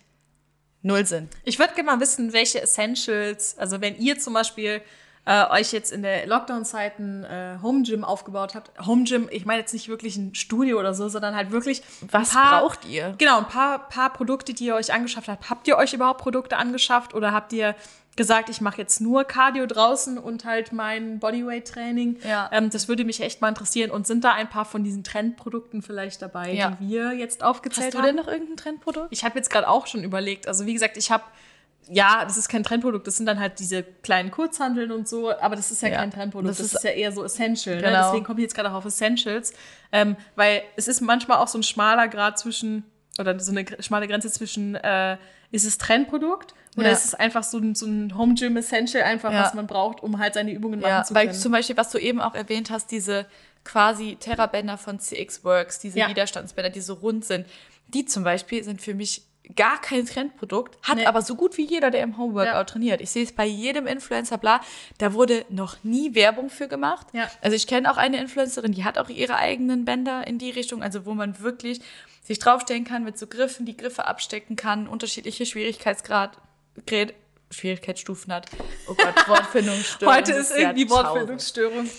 Speaker 2: null Sinn.
Speaker 1: Ich würde gerne mal wissen, welche Essentials, also wenn ihr zum Beispiel äh, euch jetzt in der Lockdown-Zeiten äh, Home Gym aufgebaut habt. Home Gym, ich meine jetzt nicht wirklich ein Studio oder so, sondern halt wirklich.
Speaker 2: Was
Speaker 1: ein paar,
Speaker 2: braucht ihr?
Speaker 1: Genau, ein paar, paar Produkte, die ihr euch angeschafft habt. Habt ihr euch überhaupt Produkte angeschafft oder habt ihr gesagt, ich mache jetzt nur Cardio draußen und halt mein Bodyweight-Training?
Speaker 2: Ja.
Speaker 1: Ähm, das würde mich echt mal interessieren. Und sind da ein paar von diesen Trendprodukten vielleicht dabei,
Speaker 2: Ja.
Speaker 1: die wir jetzt aufgezählt
Speaker 2: Hast du
Speaker 1: haben?
Speaker 2: denn noch irgendein Trendprodukt?
Speaker 1: Ich habe jetzt gerade auch schon überlegt. Also wie gesagt, ich habe ja, das ist kein Trendprodukt. Das sind dann halt diese kleinen Kurzhandeln und so. Aber das ist ja,
Speaker 2: Ja,
Speaker 1: kein Trendprodukt.
Speaker 2: das
Speaker 1: Das,
Speaker 2: ist-
Speaker 1: ist, ja eher so Essential. Ne?
Speaker 2: Genau.
Speaker 1: Deswegen komme ich jetzt gerade auch auf Essentials, ähm, weil es ist manchmal auch so ein schmaler Grad zwischen oder so eine gr- schmale Grenze zwischen äh, ist es Trendprodukt oder
Speaker 2: Ja.
Speaker 1: ist es einfach so ein, so ein Home Gym Essential einfach
Speaker 2: Ja.
Speaker 1: was man braucht, um halt seine Übungen machen
Speaker 2: Ja,
Speaker 1: zu
Speaker 2: weil
Speaker 1: können.
Speaker 2: zum Beispiel, was du eben auch erwähnt hast, diese quasi Terrabänder von CX Works, diese
Speaker 1: Ja.
Speaker 2: Widerstandsbänder, die so rund sind, die zum Beispiel sind für mich gar kein Trendprodukt, hat
Speaker 1: Nee.
Speaker 2: aber so gut wie jeder, der im Homeworkout
Speaker 1: Ja.
Speaker 2: trainiert. Ich sehe es bei jedem Influencer, bla, da wurde noch nie Werbung für gemacht.
Speaker 1: Ja.
Speaker 2: Also ich kenne auch eine Influencerin, die hat auch ihre eigenen Bänder in die Richtung, also wo man wirklich sich draufstellen kann mit so Griffen, die Griffe abstecken kann, unterschiedliche Schwierigkeitsgrad, Grad, Schwierigkeitsstufen hat. Oh Gott, Wortfindungsstörung.
Speaker 1: Heute ist
Speaker 2: das ja
Speaker 1: irgendwie
Speaker 2: traurig.
Speaker 1: Wortbildungsstörung.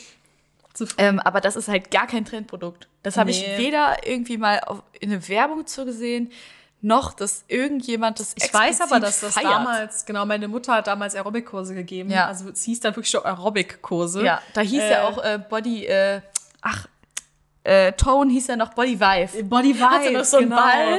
Speaker 2: Ähm, aber das ist halt gar kein Trendprodukt. Das habe ich
Speaker 1: Nee.
Speaker 2: weder irgendwie mal auf, in eine Werbung zu gesehen, noch dass irgendjemand das
Speaker 1: Ich weiß aber,
Speaker 2: explizit
Speaker 1: dass das
Speaker 2: feiert.
Speaker 1: damals, genau, meine Mutter hat damals Aerobic-Kurse gegeben.
Speaker 2: Ja.
Speaker 1: Also es hieß dann wirklich schon Aerobic-Kurse.
Speaker 2: Ja, da hieß ja
Speaker 1: Äh,
Speaker 2: auch äh, Body, äh, ach, äh, Tone hieß ja noch Body Vive.
Speaker 1: Body Vibe.
Speaker 2: Hatte noch so einen
Speaker 1: genau.
Speaker 2: Ball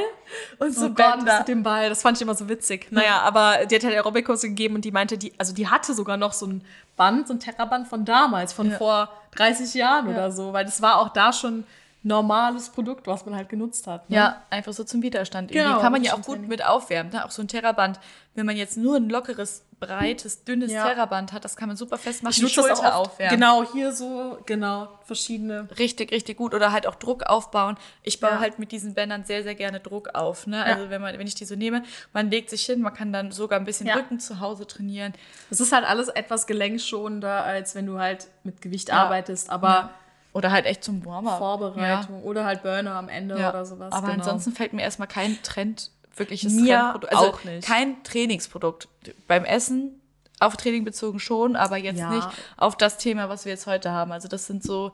Speaker 2: und
Speaker 1: So
Speaker 2: so
Speaker 1: oh Gott, das
Speaker 2: Bänder.
Speaker 1: mit dem Ball, das fand ich immer so witzig. Naja, aber die hat halt Aerobic-Kurse gegeben und die meinte, die, also die hatte sogar noch so ein Band, so ein Terraband von damals, von vor 30 Jahren oder so, weil das war auch da schon normales Produkt, was man halt genutzt hat. Ne?
Speaker 2: Ja, einfach so zum Widerstand. Irgendwie
Speaker 1: Genau,
Speaker 2: kann man ja auch gut
Speaker 1: Widerstandstraining.
Speaker 2: mit aufwärmen. Ne? Auch so ein Terraband, wenn man jetzt nur ein lockeres, breites, dünnes
Speaker 1: Ja.
Speaker 2: Terraband hat, das kann man super festmachen.
Speaker 1: Ich
Speaker 2: die
Speaker 1: nutze das auch
Speaker 2: Schulter
Speaker 1: oft, Genau, hier so, genau, verschiedene.
Speaker 2: Richtig, richtig gut. Oder halt auch Druck aufbauen. Ich baue
Speaker 1: Ja.
Speaker 2: halt mit diesen Bändern sehr, sehr gerne Druck auf. Ne? Also wenn, man, wenn ich die so nehme, man legt sich hin, man kann dann sogar ein bisschen
Speaker 1: Ja.
Speaker 2: Rücken zu Hause trainieren.
Speaker 1: Es ist halt alles etwas gelenkschonender, als wenn du halt mit Gewicht
Speaker 2: Ja.
Speaker 1: arbeitest, aber
Speaker 2: Oder halt echt zum Warm-up.
Speaker 1: Mhm. Vorbereitung oder halt Burner am Ende
Speaker 2: Ja. Ja.
Speaker 1: oder sowas.
Speaker 2: Aber
Speaker 1: genau.
Speaker 2: ansonsten fällt mir erstmal kein Trend, wirkliches
Speaker 1: Mir
Speaker 2: Trendprodukt. Also
Speaker 1: auch nicht.
Speaker 2: kein Trainingsprodukt. Beim Essen, auf Training bezogen schon, aber jetzt
Speaker 1: Ja.
Speaker 2: nicht auf das Thema, was wir jetzt heute haben. Also das sind so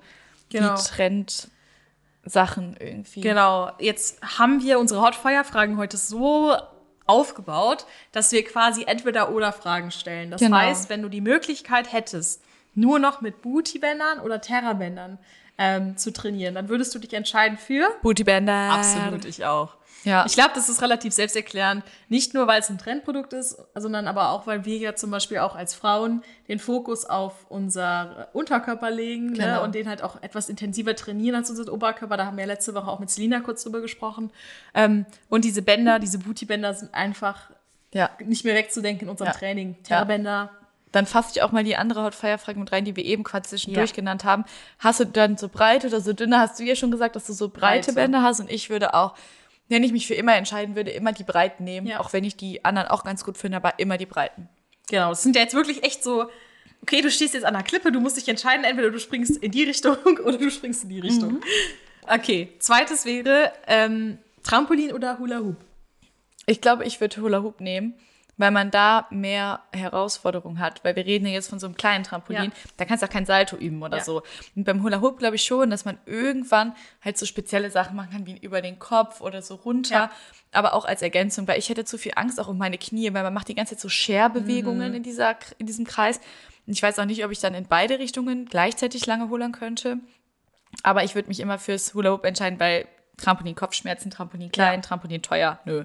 Speaker 1: Genau.
Speaker 2: die Trendsachen irgendwie.
Speaker 1: Genau, jetzt haben wir unsere Hotfire-Fragen heute so aufgebaut, dass wir quasi entweder oder Fragen stellen. Das
Speaker 2: Genau.
Speaker 1: heißt, wenn du die Möglichkeit hättest, nur noch mit Booty-Bändern oder Terra-Bändern ähm, zu trainieren, dann würdest du dich entscheiden für?
Speaker 2: Bootybänder.
Speaker 1: Absolut, ich auch.
Speaker 2: Ähm, Ja.
Speaker 1: Ich glaube, das ist relativ selbsterklärend. Nicht nur, weil es ein Trendprodukt ist, sondern aber auch, weil wir ja zum Beispiel auch als Frauen den Fokus auf unser Unterkörper legen ne?
Speaker 2: Genau.
Speaker 1: und den halt auch etwas intensiver trainieren als unseren Oberkörper. Da haben wir ja letzte Woche auch mit Selina kurz drüber gesprochen. Ähm, und diese Bänder, diese Booty-Bänder sind einfach
Speaker 2: ja.
Speaker 1: nicht mehr wegzudenken in unserem
Speaker 2: Ja.
Speaker 1: Training. Terrabänder.
Speaker 2: Dann fasse ich auch mal die andere Hotfire-Frage mit rein, die wir eben gerade zwischendurch
Speaker 1: Ja.
Speaker 2: genannt haben. Hast du dann so breite oder so dünne? Hast du ja schon gesagt, dass du so breite
Speaker 1: Breite.
Speaker 2: Bänder hast und ich würde auch, wenn ich mich für immer entscheiden würde, immer die breiten nehmen,
Speaker 1: Ja.
Speaker 2: auch wenn ich die anderen auch ganz gut finde, aber immer die breiten.
Speaker 1: Genau, das sind ja jetzt wirklich echt so, okay, du stehst jetzt an der Klippe, du musst dich entscheiden, entweder du springst in die Richtung oder du springst in die Richtung. Okay, zweites wäre ähm, Trampolin oder Hula Hoop.
Speaker 2: Ich glaube, ich würde Hula Hoop nehmen, weil man da mehr Herausforderung hat, weil wir reden ja jetzt von so einem kleinen Trampolin,
Speaker 1: Ja.
Speaker 2: da kannst du auch kein Salto üben oder
Speaker 1: Ja.
Speaker 2: so. Und beim Hula Hoop glaube ich schon, dass man irgendwann halt so spezielle Sachen machen kann, wie über den Kopf oder so runter,
Speaker 1: Ja.
Speaker 2: aber auch als Ergänzung, weil ich hätte zu viel Angst auch um meine Knie, weil man macht die ganze Zeit so Scherbewegungen
Speaker 1: Mhm.
Speaker 2: in dieser in diesem Kreis. Und ich weiß auch nicht, ob ich dann in beide Richtungen gleichzeitig lange holern könnte. Aber ich würde mich immer fürs Hula Hoop entscheiden, weil Trampolin Kopfschmerzen, Trampolin klein, Trampolin teuer. Nö.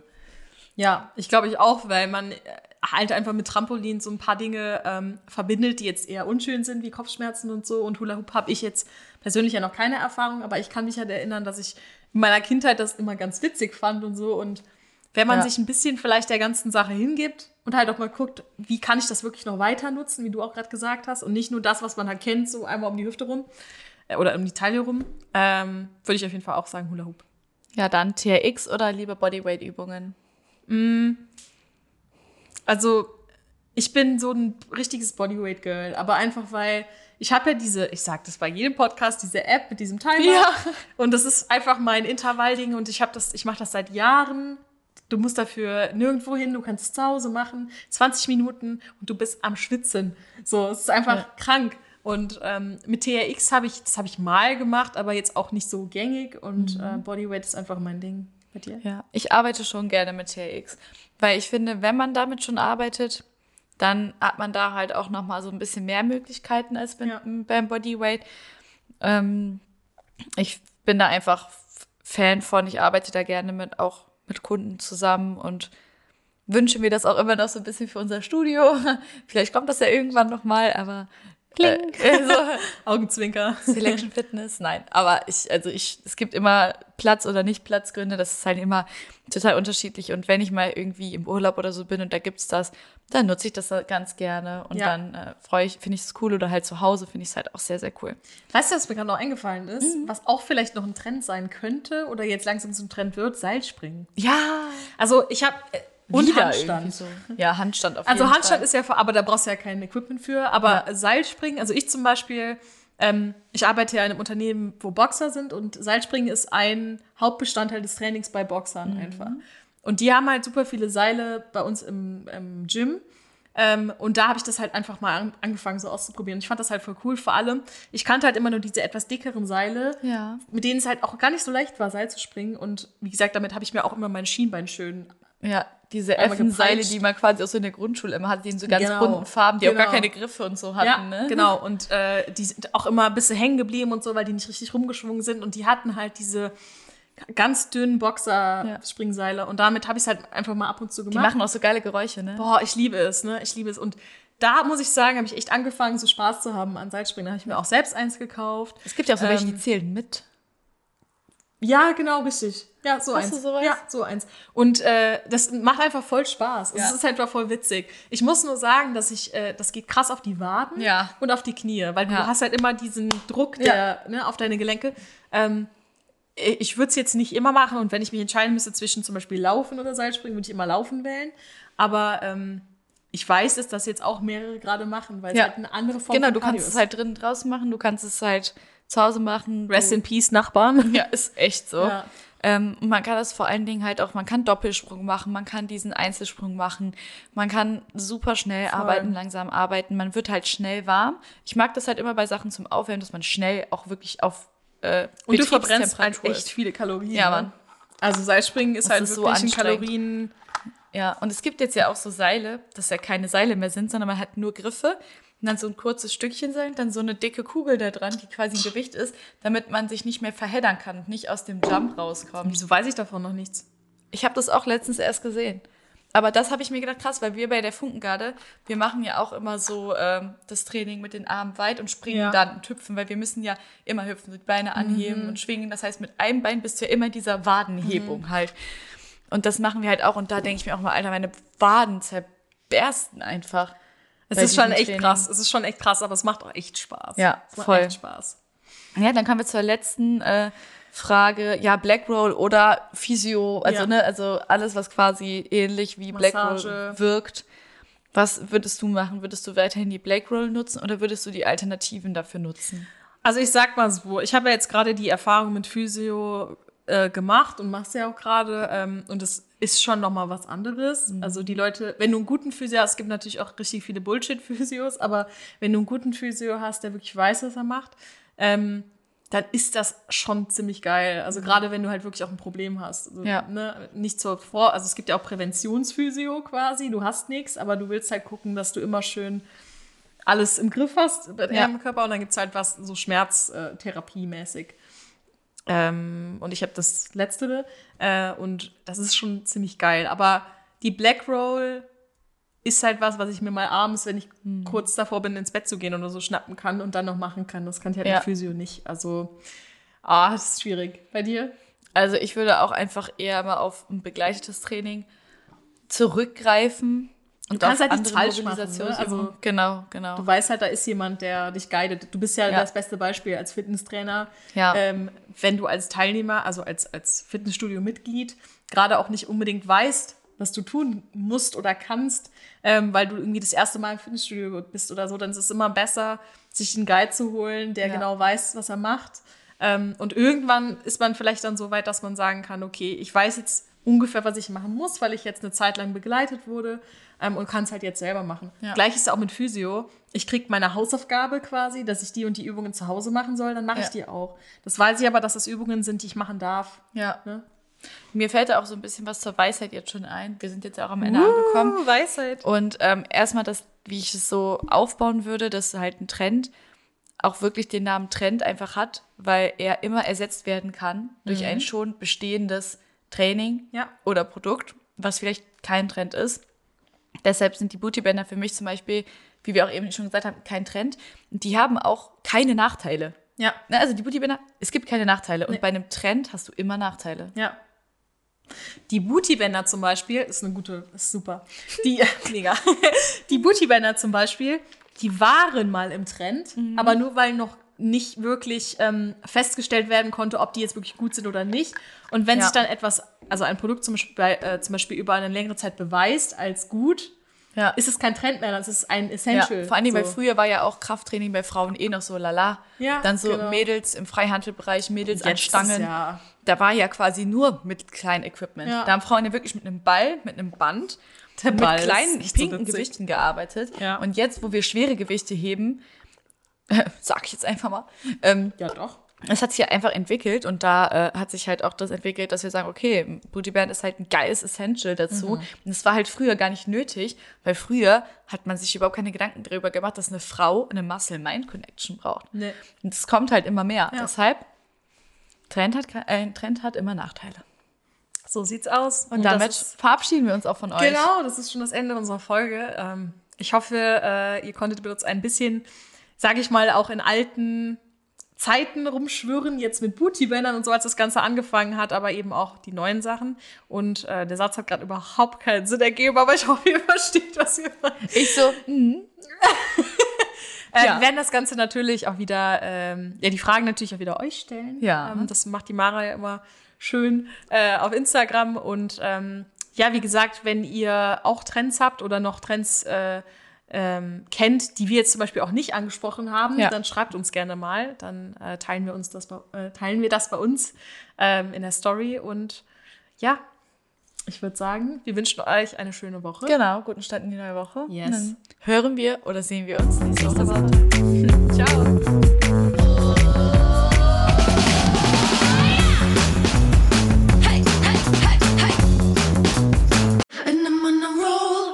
Speaker 1: Ja, ich glaube ich auch, weil man äh, halt einfach mit Trampolin so ein paar Dinge ähm, verbindet, die jetzt eher unschön sind, wie Kopfschmerzen und so. Und Hula Hoop habe ich jetzt persönlich ja noch keine Erfahrung, aber ich kann mich halt erinnern, dass ich in meiner Kindheit das immer ganz witzig fand und so. Und wenn man
Speaker 2: Ja.
Speaker 1: sich ein bisschen vielleicht der ganzen Sache hingibt und halt auch mal guckt, wie kann ich das wirklich noch weiter nutzen, wie du auch gerade gesagt hast, und nicht nur das, was man halt kennt, so einmal um die Hüfte rum äh, oder um die Taille rum, ähm, würde ich auf jeden Fall auch sagen Hula Hoop.
Speaker 2: Ja, dann TRX oder lieber Bodyweight-Übungen.
Speaker 1: Also, ich bin so ein richtiges Bodyweight Girl, aber einfach weil ich habe ja diese, ich sag das bei jedem Podcast, diese App mit diesem Timer
Speaker 2: Ja.
Speaker 1: und das ist einfach mein Intervallding und ich habe das ich mache das seit Jahren. Du musst dafür nirgendwo hin, du kannst es zu Hause machen, 20 Minuten und du bist am Schwitzen. So, es ist einfach
Speaker 2: Ja.
Speaker 1: krank. Und ähm, mit TRX habe ich, das habe ich mal gemacht, aber jetzt auch nicht so gängig und äh, Bodyweight ist einfach mein Ding. Bei dir?
Speaker 2: Mhm. Ja, ich arbeite schon gerne mit TRX, weil ich finde, wenn man damit schon arbeitet, dann hat man da halt auch noch mal so ein bisschen mehr Möglichkeiten als mit,
Speaker 1: Ja.
Speaker 2: beim Bodyweight. Ähm, ich bin da einfach F- Fan von. Ich arbeite da gerne mit auch mit Kunden zusammen und wünsche mir das auch immer noch so ein bisschen für unser Studio. Vielleicht kommt das ja irgendwann noch mal, aber Kling. Äh, so,
Speaker 1: Augenzwinker.
Speaker 2: Selection Fitness, nein. Aber ich, also ich, es gibt immer Platz oder nicht Platzgründe. Das ist halt immer total unterschiedlich. Und wenn ich mal irgendwie im Urlaub oder so bin und da gibt's das, dann nutze ich das halt ganz gerne. Und
Speaker 1: Ja.
Speaker 2: dann äh, freue ich, finde ich es cool oder halt zu Hause finde ich es halt auch sehr, sehr cool.
Speaker 1: Weißt du, was mir gerade noch eingefallen ist, was auch vielleicht noch ein Trend sein könnte oder jetzt langsam zum Trend wird, Seilspringen.
Speaker 2: Ja.
Speaker 1: Also ich habe äh, und Handstand.
Speaker 2: So. Ja, Handstand auf
Speaker 1: Also
Speaker 2: jeden
Speaker 1: Handstand
Speaker 2: Fall.
Speaker 1: ist ja, vor- aber da brauchst du ja kein Equipment für. Aber Seilspringen, also ich zum Beispiel, ähm, ich arbeite ja in einem Unternehmen, wo Boxer sind und Seilspringen ist ein Hauptbestandteil des Trainings bei Boxern
Speaker 2: Mhm.
Speaker 1: einfach. Und die haben halt super viele Seile bei uns im, im Gym. Ähm, und da habe ich das halt einfach mal an, angefangen, so auszuprobieren. Ich fand das halt voll cool. Vor allem, ich kannte halt immer nur diese etwas dickeren Seile,
Speaker 2: Ja.
Speaker 1: mit denen es halt auch gar nicht so leicht war, Seil zu springen. Und wie gesagt, damit habe ich mir auch immer mein Schienbein schön
Speaker 2: Ja, diese
Speaker 1: Einmal
Speaker 2: Effenseile,
Speaker 1: gepeitscht.
Speaker 2: die man quasi auch so in der Grundschule immer hatte, die in so ganz
Speaker 1: Genau.
Speaker 2: bunten Farben, die auch gar
Speaker 1: Genau.
Speaker 2: keine Griffe und so hatten,
Speaker 1: ja,
Speaker 2: ne?
Speaker 1: Genau, und äh, die sind auch immer ein bisschen hängen geblieben und so, weil die nicht richtig rumgeschwungen sind. Und die hatten halt diese ganz dünnen
Speaker 2: Ja.
Speaker 1: Boxer-Springseile. Und damit habe ich es halt einfach mal ab und zu
Speaker 2: Die
Speaker 1: gemacht.
Speaker 2: machen auch so geile Geräusche, ne?
Speaker 1: Boah, ich liebe es, ne? Ich liebe es. Und da muss ich sagen, habe ich echt angefangen, so Spaß zu haben an Seilspringen. Da habe ich mir auch selbst eins gekauft.
Speaker 2: Ähm, Es gibt ja auch so welche,
Speaker 1: Ähm,
Speaker 2: die zählen mit.
Speaker 1: Ja, genau, richtig. Ja, so
Speaker 2: Hast
Speaker 1: eins.
Speaker 2: du sowas?
Speaker 1: Ja, so eins. Und äh, das macht einfach voll Spaß. Es
Speaker 2: Ja.
Speaker 1: ist einfach voll witzig. Ich muss nur sagen, dass ich, äh, das geht krass auf die Waden
Speaker 2: Ja.
Speaker 1: und auf die Knie, weil du
Speaker 2: Ja.
Speaker 1: hast halt immer diesen Druck der, ne, auf deine Gelenke. Ähm, ich würde es jetzt nicht immer machen und wenn ich mich entscheiden müsste zwischen zum Beispiel Laufen oder Seilspringen, würde ich immer Laufen wählen. Aber ähm, ich weiß, dass das jetzt auch mehrere gerade machen, weil
Speaker 2: Ja.
Speaker 1: es halt eine andere Form
Speaker 2: Genau,
Speaker 1: von
Speaker 2: du
Speaker 1: Cardio
Speaker 2: kannst es
Speaker 1: ist.
Speaker 2: halt drinnen draußen machen, du kannst es halt zu Hause machen.
Speaker 1: Rest
Speaker 2: du,
Speaker 1: in Peace, Nachbarn.
Speaker 2: Ja, ist echt so.
Speaker 1: Ja.
Speaker 2: Ähm, und man kann das vor allen Dingen halt auch, man kann Doppelsprung machen, man kann diesen Einzelsprung machen, man kann super schnell arbeiten, langsam arbeiten, man wird halt schnell warm. Ich mag das halt immer bei Sachen zum Aufwärmen, dass man schnell auch wirklich auf äh,
Speaker 1: Und du verbrennst halt
Speaker 2: Betriebstemperatur
Speaker 1: echt viele Kalorien.
Speaker 2: Ja,
Speaker 1: ne?
Speaker 2: Mann.
Speaker 1: Also Seilspringen ist
Speaker 2: Das
Speaker 1: halt
Speaker 2: ist so
Speaker 1: wirklich ein
Speaker 2: anstrengend.
Speaker 1: Kalorien.
Speaker 2: Ja, und es gibt jetzt ja auch so Seile, dass ja keine Seile mehr sind, sondern man hat nur Griffe und dann so ein kurzes Stückchen Seil, dann so eine dicke Kugel da dran, die quasi ein Gewicht ist, damit man sich nicht mehr verheddern kann und nicht aus dem Jump rauskommt.
Speaker 1: Wieso weiß ich davon noch nichts?
Speaker 2: Ich habe das auch letztens erst gesehen. Aber das habe ich mir gedacht, krass, weil wir bei der Funkengarde, wir machen ja auch immer so ähm, das Training mit den Armen weit und springen
Speaker 1: Ja. Mhm.
Speaker 2: dann und hüpfen, weil wir müssen ja immer hüpfen, die Beine anheben und schwingen. Das heißt, mit einem Bein bist du ja immer in dieser Wadenhebung
Speaker 1: Mhm.
Speaker 2: halt. Und das machen wir halt auch. Und da denke ich mir auch mal, Alter, meine Waden zerbersten einfach.
Speaker 1: Es
Speaker 2: bei
Speaker 1: ist schon
Speaker 2: diesem
Speaker 1: echt
Speaker 2: Training.
Speaker 1: krass. Es ist schon echt krass, aber es macht auch echt Spaß.
Speaker 2: Ja,
Speaker 1: es macht
Speaker 2: voll.
Speaker 1: Echt Spaß.
Speaker 2: Ja, dann kommen wir zur letzten äh, Frage. Ja, Blackroll oder Physio, also
Speaker 1: Ja.
Speaker 2: ne, also alles, was quasi ähnlich wie
Speaker 1: Massage.
Speaker 2: Blackroll wirkt. Was würdest du machen? Würdest du weiterhin die Blackroll nutzen oder würdest du die Alternativen dafür nutzen?
Speaker 1: Also ich sag mal so, ich habe ja jetzt gerade die Erfahrung mit Physio äh, gemacht und mach's ja auch gerade. Ähm, und es ist schon nochmal was anderes. Also die Leute, wenn du einen guten Physio hast, es gibt natürlich auch richtig viele Bullshit-Physios, aber wenn du einen guten Physio hast, der wirklich weiß, was er macht, ähm, dann ist das schon ziemlich geil. Also gerade wenn du halt wirklich auch ein Problem hast. Also,
Speaker 2: Ja.
Speaker 1: ne, nicht zur Vor-, also es gibt ja auch Präventionsphysio quasi, du hast nichts, aber du willst halt gucken, dass du immer schön alles im Griff hast bei
Speaker 2: Ja.
Speaker 1: deinem Körper und dann gibt es halt was so schmerztherapiemäßig. Ähm, und ich habe das letzte äh, und das ist schon ziemlich geil. Aber die Black Roll ist halt was, was ich mir mal abends, wenn ich
Speaker 2: Hm.
Speaker 1: kurz davor bin, ins Bett zu gehen oder so schnappen kann und dann noch machen kann. Das kann ich halt
Speaker 2: Ja.
Speaker 1: mit Physio nicht. Also, ah, das ist schwierig. Bei dir?
Speaker 2: Also ich würde auch einfach eher mal auf ein begleitetes Training zurückgreifen und
Speaker 1: kannst
Speaker 2: auf
Speaker 1: halt nichts
Speaker 2: andere
Speaker 1: falsch machen, ne?
Speaker 2: Mobilisationsübungen.
Speaker 1: Also-
Speaker 2: genau, genau.
Speaker 1: Du weißt halt, da ist jemand, der dich guidet. Du bist ja,
Speaker 2: Ja.
Speaker 1: das beste Beispiel als Fitnesstrainer.
Speaker 2: Ja.
Speaker 1: Ähm, wenn du als Teilnehmer, also als, als Fitnessstudio-Mitglied, gerade auch nicht unbedingt weißt, was du tun musst oder kannst, ähm, weil du irgendwie das erste Mal im Fitnessstudio bist oder so, dann ist es immer besser, sich einen Guide zu holen, der
Speaker 2: Ja.
Speaker 1: genau weiß, was er macht. Ähm, und irgendwann ist man vielleicht dann so weit, dass man sagen kann, okay, ich weiß jetzt ungefähr, was ich machen muss, weil ich jetzt eine Zeit lang begleitet wurde ähm, und kann es halt jetzt selber machen.
Speaker 2: Ja.
Speaker 1: Gleich ist es auch mit Physio. Ich kriege meine Hausaufgabe quasi, dass ich die und die Übungen zu Hause machen soll, dann mache
Speaker 2: Ja.
Speaker 1: ich die auch. Das weiß ich aber, dass das Übungen sind, die ich machen darf.
Speaker 2: ja.
Speaker 1: Ne?
Speaker 2: Mir fällt da auch so ein bisschen was zur Weisheit jetzt schon ein. Wir sind jetzt ja auch am Ende angekommen.
Speaker 1: Weisheit.
Speaker 2: Und ähm, erstmal das, wie ich es so aufbauen würde, dass halt ein Trend auch wirklich den Namen Trend einfach hat, weil er immer ersetzt werden kann durch ein schon bestehendes Training
Speaker 1: Mhm. Ja.
Speaker 2: oder Produkt, was vielleicht kein Trend ist. Deshalb sind die Bootybänder für mich zum Beispiel, wie wir auch eben schon gesagt haben, kein Trend. Und Die haben auch keine Nachteile.
Speaker 1: Ja,
Speaker 2: Ne, Also die Bootybänder, es gibt keine Nachteile. Und
Speaker 1: Nee.
Speaker 2: bei einem Trend hast du immer Nachteile.
Speaker 1: ja. Die Bootybänder zum Beispiel, ist eine gute, ist super. Die, mega. Die Bootybänder zum Beispiel, die waren mal im Trend,
Speaker 2: Mhm.
Speaker 1: aber nur weil noch nicht wirklich ähm, festgestellt werden konnte, ob die jetzt wirklich gut sind oder nicht. Und wenn
Speaker 2: Ja.
Speaker 1: sich dann etwas, also ein Produkt zum Beispiel, bei- äh, zum Beispiel über eine längere Zeit beweist als gut,
Speaker 2: Ja.
Speaker 1: ist es kein Trend mehr, das ist ein
Speaker 2: Ja,
Speaker 1: Essential.
Speaker 2: vor allen Dingen, weil
Speaker 1: so.
Speaker 2: früher war ja auch Krafttraining bei Frauen eh noch so lala.
Speaker 1: Ja,
Speaker 2: Dann so
Speaker 1: genau.
Speaker 2: Mädels im Freihandelbereich, Mädels an
Speaker 1: Jetzt ist
Speaker 2: Stangen.
Speaker 1: Ja,
Speaker 2: Da war ja quasi nur mit kleinem Equipment.
Speaker 1: Ja.
Speaker 2: Da haben Frauen ja wirklich mit einem Ball, mit einem Band,
Speaker 1: Der
Speaker 2: mit
Speaker 1: Ball ist
Speaker 2: kleinen
Speaker 1: echt so
Speaker 2: pinken
Speaker 1: witzig.
Speaker 2: Gewichten gearbeitet.
Speaker 1: Ja.
Speaker 2: Und jetzt, wo wir schwere Gewichte heben, sag ich jetzt einfach mal, ähm,
Speaker 1: ja doch.
Speaker 2: es hat sich ja einfach entwickelt und da äh, hat sich halt auch das entwickelt, dass wir sagen, okay, Bootyband ist halt ein geiles Essential dazu.
Speaker 1: Mhm.
Speaker 2: Und es war halt früher gar nicht nötig, weil früher hat man sich überhaupt keine Gedanken darüber gemacht, dass eine Frau eine Muscle-Mind-Connection braucht.
Speaker 1: Nee.
Speaker 2: Und es kommt halt immer mehr.
Speaker 1: Ja.
Speaker 2: Deshalb, Trend hat, ke- äh, Trend hat immer Nachteile.
Speaker 1: So sieht's aus.
Speaker 2: Und, damit
Speaker 1: das ist-
Speaker 2: verabschieden wir uns auch von euch.
Speaker 1: Genau, das ist schon das Ende unserer Folge. Ähm, ich hoffe, äh, ihr konntet mit uns ein bisschen, sage ich mal, auch in alten Zeiten rumschwirren, jetzt mit Bootybändern und so, als das Ganze angefangen hat, aber eben auch die neuen Sachen. Und äh, der Satz hat gerade überhaupt keinen Sinn ergeben, aber ich hoffe, ihr versteht, was ihr meint.
Speaker 2: Ich so, mhm.
Speaker 1: Äh,
Speaker 2: Ja.
Speaker 1: Wir werden das Ganze natürlich auch wieder, ähm, ja, die Fragen natürlich auch wieder euch stellen.
Speaker 2: Ja.
Speaker 1: Ähm, das macht die Mara ja immer schön äh, auf Instagram. Und ähm, ja, wie gesagt, wenn ihr auch Trends habt oder noch Trends äh, ähm, kennt, die wir jetzt zum Beispiel auch nicht angesprochen haben,
Speaker 2: Ja.
Speaker 1: dann schreibt uns gerne mal. Dann äh, teilen wir uns das bei, äh, teilen wir das bei uns ähm, in der Story. Und ja, ich würde sagen, wir wünschen euch eine schöne Woche.
Speaker 2: Genau, guten Start in die neue Woche.
Speaker 1: Yes.
Speaker 2: Dann hören wir oder sehen wir uns nächste
Speaker 1: Nächste
Speaker 2: Woche.
Speaker 1: Woche. Ciao.